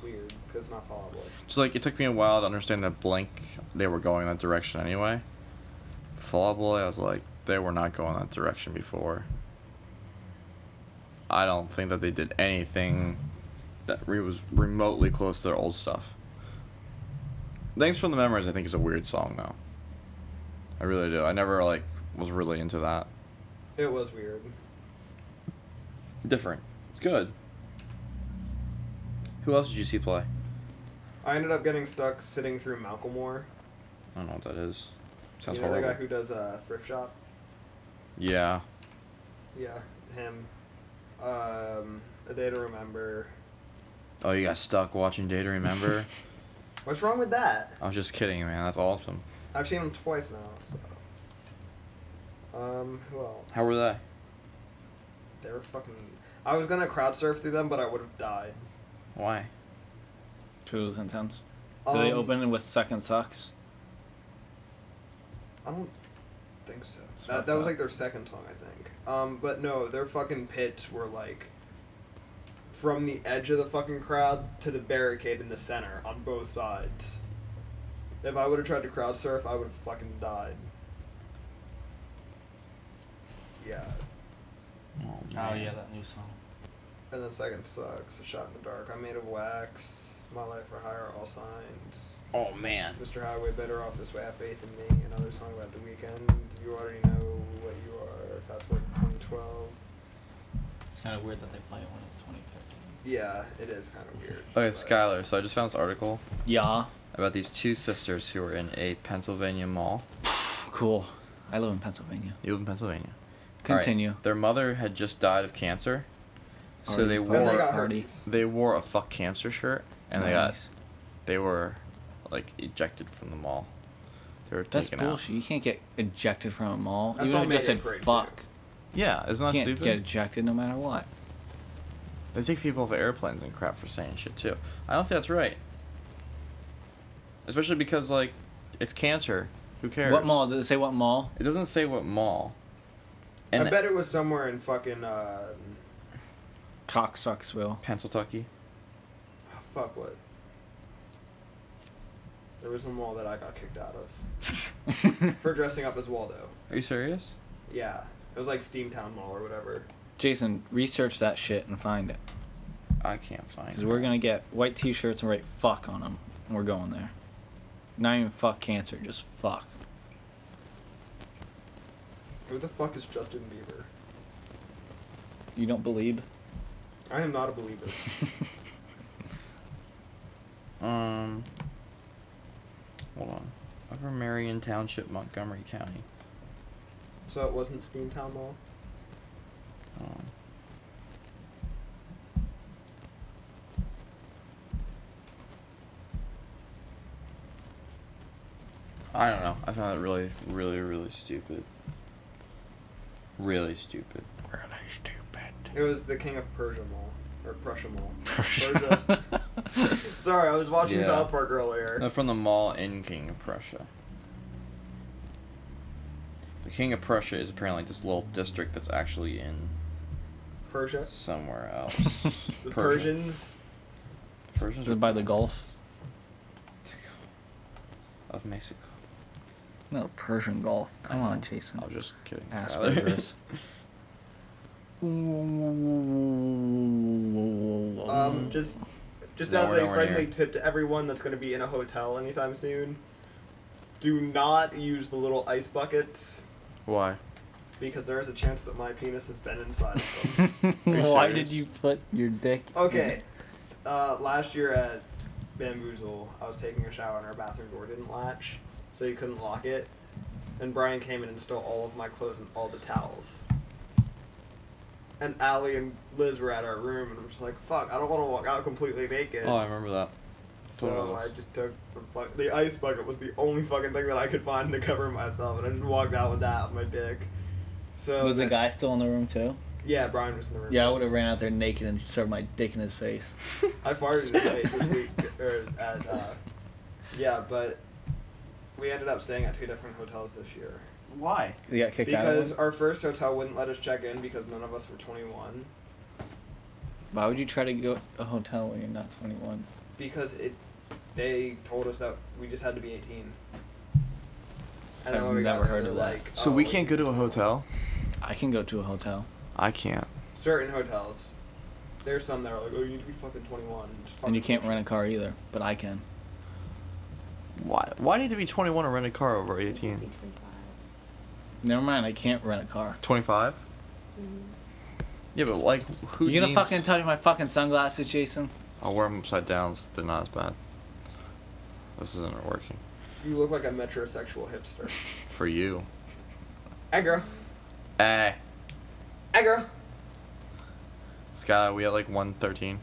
weird because it's not Fall Out Boy.
Just like it took me a while to understand that Blink they were going that direction anyway. Fall Out Boy, I was like, they were not going that direction before. I don't think that they did anything that re- was remotely close to their old stuff. Thanks for the memories. I think is a weird song though. I really do. I never like was really into that.
It was weird.
Different. It's good. Who else did you see play?
I ended up getting stuck sitting through Malcolm Moore.
I don't know what that is. Sounds
you know the
horrible.
guy who does uh, thrift shop.
yeah.
Yeah, him. Um, A Day to Remember.
Oh, you got stuck watching Data Remember?
What's wrong with that?
I was just kidding, man. That's awesome.
I've seen him twice now. So. Um, who else?
How were they?
They were fucking. I was gonna crowd surf through them, but I would have died.
Why?
Two was intense. Do they
Um,
open with second sucks?
I don't think so.
It's
That,
fucked
that was
up.
like their second song, I think. Um, but no, their fucking pits were like from the edge of the fucking crowd to the barricade in the center on both sides. If I would have tried to crowd surf, I would have fucking died. Yeah,
Oh,
Oh yeah, that new song.
and then second sucks. A shot in the dark. I'm made of wax. My life for hire. All signs.
Oh man.
Mr. Highway, Better Off This Way, Have Faith in Me, another song about the weekend. You already know what you are. Fast forward to 2012.
It's kind of weird that they play it when it's 2013.
Yeah, it is kind of weird.
Okay,
but-
Skylar. So I just found this article
Yeah.
about these two sisters who were in a Pennsylvania mall.
Cool. I live in Pennsylvania.
You live in Pennsylvania. All right.
Continue.
Their mother had just died of cancer, so
Already
they
fucked.
And they
wore
got
Party.
herpes.
they wore a fuck cancer shirt, and
Nice.
they got they were like ejected from the mall. They were
That's
taken out.
bullshit. You can't get ejected from a mall.
That's
Even
what
if it just
made
said
it great, too.
fuck.
Yeah, isn't
You
that
can't
stupid?
get ejected no matter what.
They take people off of airplanes and crap for saying shit too. I don't think that's right. Especially because like it's cancer. Who cares?
What mall? Does it say what mall?
It doesn't say what mall. And
I bet it was somewhere in fucking, uh,
Cocksucksville.
Pennsylvania.
fuck what? There was a mall that I got kicked out of for dressing up as Waldo.
Are you serious?
Yeah. It was like Steamtown Mall or whatever.
Jason, research that shit and find it.
I can't find.
Because
it.
we're going to get white t shirts and write fuck on them. We're going there. Not even fuck cancer, just fuck.
Who the fuck is Justin Bieber?
You don't believe?
I am not a believer.
Um. Hold on. Upper Marion Township, Montgomery County.
so it wasn't Steamtown Mall?
Hold on. I don't know. I found it really, really, really stupid. Really stupid. Really stupid.
It was the King of Persia Mall. Or Prussia Mall. Persia. Sorry, I was watching
Yeah.
South Park earlier.
No, from the mall in King of Prussia. The King of Prussia is apparently this little district that's actually in
Persia.
somewhere else.
The
Persia.
Persians.
Persians
Is it by the Gulf?
of Mexico.
No, Persian Gulf. Come on, Jason.
I was just kidding. Tyler.
Asperger's.
Um, just just
No, we're
as a
nowhere
friendly
near.
tip to everyone that's going to be in a hotel anytime soon, do not use the little ice buckets
*laughs* Why?
because there is a chance that my penis has been inside of them.
*laughs*
Are you
Why
serious?
did you put your dick?
okay. Uh, last year at Bamboozle, I was taking a shower and our bathroom door didn't latch, so you couldn't lock it. And Brian came in and stole all of my clothes and all the towels. And
Oh,
Allie and Liz were at our room, and I'm just like, fuck, I don't want to walk out completely naked.
Oh, I remember that.
So I just took the fuck. The ice bucket was the only fucking thing that I could find to cover myself, and I just walked out with that on my dick. So
Was the
that-
guy still in the room too?
Yeah, Brian was in the room.
Yeah, I would have ran out there naked and shoved my dick in his face.
I farted in his face this week, or at, uh, yeah, but we ended up staying at two different hotels this year
Why?
He got kicked out. Of
because
one.
our first hotel wouldn't let us check in because none of us were twenty one.
Why would you try to go to a hotel when you're not 21?
because it they told us that we just had to be 18 and
I've
then when we got
never
there,
heard
they're
of that.
like,
So
oh,
we can't go to a hotel.
I can go to a hotel.
I can't.
certain hotels there's some that are like oh you need to be fucking 21 Just
And you
fucking
can't rent a car either, but I can.
Why? Why do you need to be 21 to rent a car over 18?
Between five.
Never mind, I can't rent a car.
25? Yeah, but like, who?
you gonna
deems-
fucking touch my fucking sunglasses, Jason?
I'll wear them upside down. So they're not as bad. This isn't working
you look like a metrosexual hipster
for you.
hey girl
Eh,
hey girl
Skylar, we at like 113.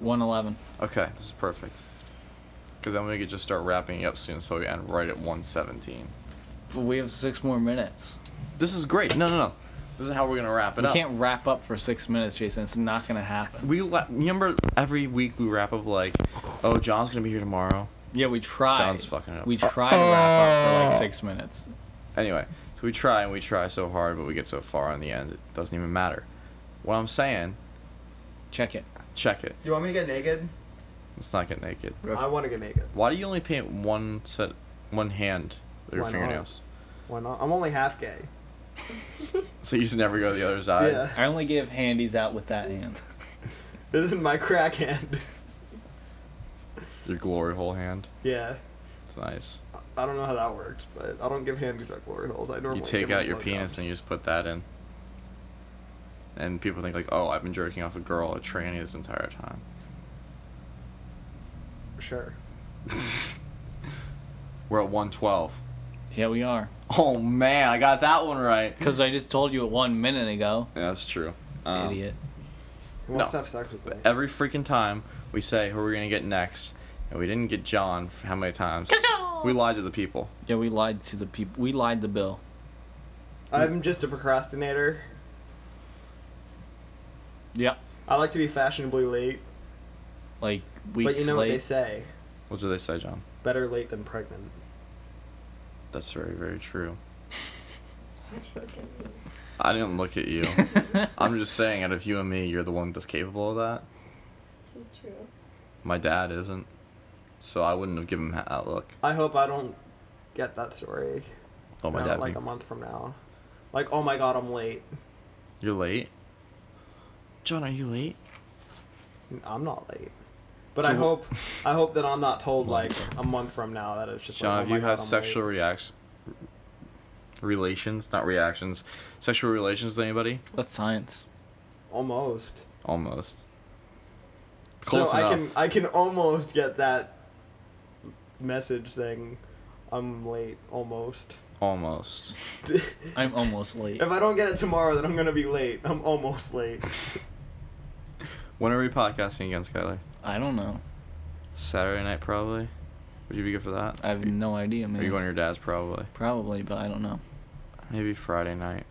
111.
Okay, this is perfect. Cause then we could just start wrapping up soon, so we end right at 117.
But we have six more minutes.
This is great. No, no, no. This is how we're gonna wrap it
we
up.
can't wrap up for six minutes, Jason. It's not gonna happen.
We la- remember every week we wrap up like, oh, John's gonna be here tomorrow.
Yeah, we tried.
John's fucking it up.
We tried to wrap up for like six minutes.
Anyway, so we try and we try so hard, but we get so far in the end, it doesn't even matter. What I'm saying,
Check it.
check it.
you want me to get naked
Let's not get naked.
i want to get naked
Why do you only paint one set, one hand with your
Why not?
fingernails?
why not i'm only half gay
Mm-hmm.
So you just never go to the other side.
yeah
I only give handies out with that
*laughs*
hand.
this isn't my crack hand *laughs*
Your glory hole hand.
yeah
It's nice.
I- I don't know how that works, but I don't give handies at glory holes. I normally
you take
give them
out your penis
blowjobs.
and you just put that in. And people think like, oh, I've been jerking off a girl, a tranny this entire time.
sure.
We're at 112.
Here we are.
Oh man, I got that one right.
Because I just told you it one minute ago.
Yeah, that's true. Um,
Idiot.
He wants
No.
to have sex with me.
Every freaking time we say who we're gonna get next, and we didn't get John for how many times? We lied to the people.
Yeah, we lied to the people. We lied to Bill.
I'm just a procrastinator.
Yep.
I like to be fashionably late,
Like weeks
but you know what
late.
they say:
What do they say, John?
better late than pregnant.
That's very, very true.
*laughs* Why'd you look at me?
I didn't look at *laughs* you. I'm just saying, out of you and me, you're the one that's capable of that.
This is true.
My dad isn't, so I wouldn't have given him that look.
I hope I don't get that story.
Oh, my
uh,
dad,
like a
being-
month from now. Like, oh my god, I'm late.
you're late. John, are you late?
I'm not late. But
So
I
wh-
hope, I hope that I'm
*laughs*
not told like a month from now that it's just.
John,
like, oh
have
my
you
God,
had
I'm
sexual
late.
reactions, relations, not reactions, sexual relations with anybody?
*laughs* That's science.
Almost.
Almost. Close
so
enough.
I can I can almost get that message saying I'm late almost. *laughs*
Almost.
if
I'm almost late.
I don't get it tomorrow, then I'm gonna be late. I'm almost late.
When are we podcasting again, Skylar?
I don't know.
Saturday night, probably. Would you be good for that?
I have no idea, man.
Are you going to your dad's, probably?
Probably, but I don't know.
Maybe Friday night.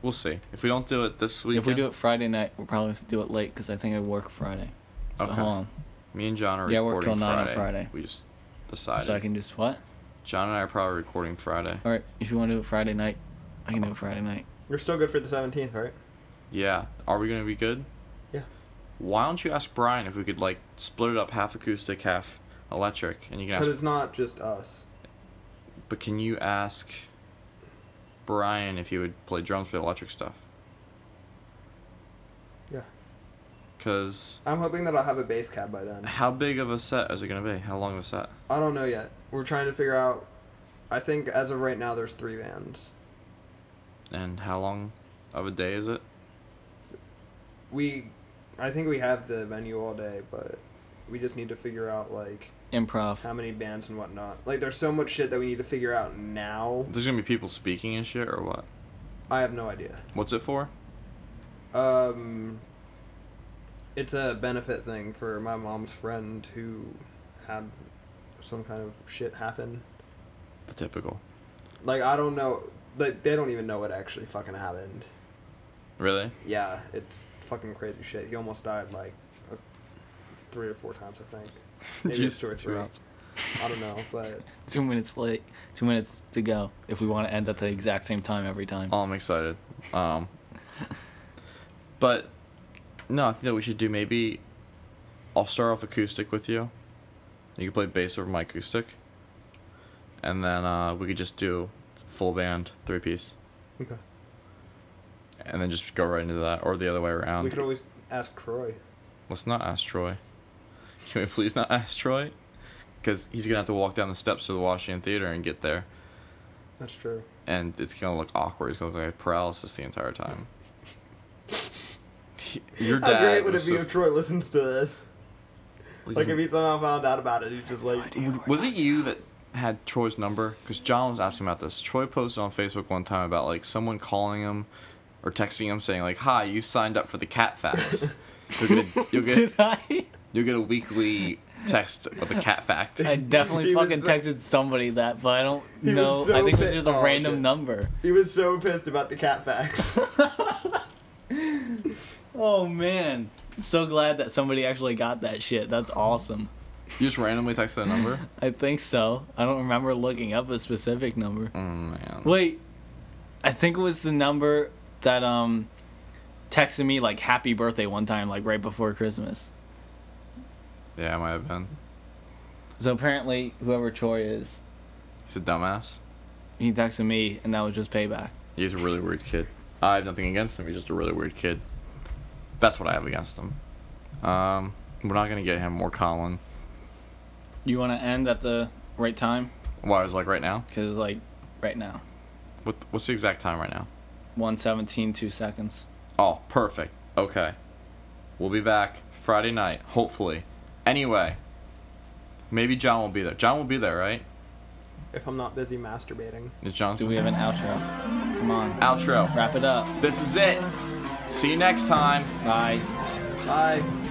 We'll see. If we don't do it this week,
If we do it Friday night, we'll probably have to do it late because I think I work Friday. But
okay.
hold on.
Me and John are
Yeah, I work
recording
till nine on
Friday.
Friday.
We just decided.
So I can just what?
John and I are probably recording Friday.
All right. If you want to do it Friday night, I can do it Friday night.
You're still good for the seventeenth, right?
Yeah. Are we gonna be good?
Yeah.
Why don't you ask Brian if we could like split it up half acoustic, half electric, and you can
Because
ask.
it's not just us.
But can you ask Brian if he would play drums for the electric stuff?
Yeah.
Cause
I'm hoping that I'll have a bass cab by then.
how big of a set is it gonna be? How long of a set?
I don't know yet. We're trying to figure out. I think as of right now, there's three bands.
And how long of a day is it?
We, I think we have the venue all day, but we just need to figure out like
Improv.
how many bands and whatnot. Like there's so much shit that we need to figure out now.
There's gonna be people speaking and shit or what?
I have no idea.
What's it for?
Um, it's a benefit thing for my mom's friend who had some kind of shit happen.
The typical.
Like I don't know. Like they don't even know what actually fucking happened.
Really?
Yeah, it's fucking crazy shit. He almost died like uh, three or four times, I
*laughs*
think. Maybe
Juice
it's two or three.
rounds.
I don't know, but
Two minutes late. Two minutes to go. If we want to end at the exact same time every time.
Oh, I'm excited. Um, but no, I think that we should do maybe. I'll start off acoustic with you. You can play bass over my acoustic, and then uh, we could just do full band three piece,
okay.
and then just go right into that, or the other way around.
we could always ask Croy.
Let's not ask Troy. Can we please not ask Troy? Because he's gonna have to walk down the steps to the Washington Theater and get there,
That's true.
and it's gonna look awkward. It's gonna look like paralysis the entire time. *laughs* Your dad
How great would it be
was so-
if Troy listens to this?
was
Like if he somehow found out about it, he's just like,
Was it you that had Troy's number? Because John was asking about this. Troy posted on Facebook one time about like someone calling him or texting him saying like, "Hi, you signed up for the cat fax. you'll, get a, you'll
Did
get
I?
you'll get a weekly text of a cat fact."
I definitely
He was
fucking
so-
texted somebody that, but I don't
He was
know.
so
I think this
pissed-
is just a
oh,
random
shit.
number.
he was so pissed about the cat facts.
Oh man. So glad that somebody actually got that shit. That's awesome.
You just randomly texted a number.
I think so. I don't remember looking up a specific number.
Oh man.
Wait, I think it was the number that um texted me like happy birthday one time, like right before Christmas.
Yeah, it might have been.
So apparently, whoever Troy is,
He's a dumbass.
he texted me, and that was just payback.
He's a really weird kid. I have nothing against him. He's just a really weird kid. That's what I have against him. Um, we're not gonna get him or Colin.
You want to end at the right time?
Why I was like right now.
Because like right now,
What, what's the exact time right now?
one seventeen, two seconds.
Oh, perfect. Okay. We'll be back Friday night, hopefully. Anyway, maybe John will be there. John will be there, right?
if I'm not busy masturbating.
Is John?
Do we have an outro? Come on,
Outro.
wrap it up.
This is it. See you next time.
Bye.
Bye.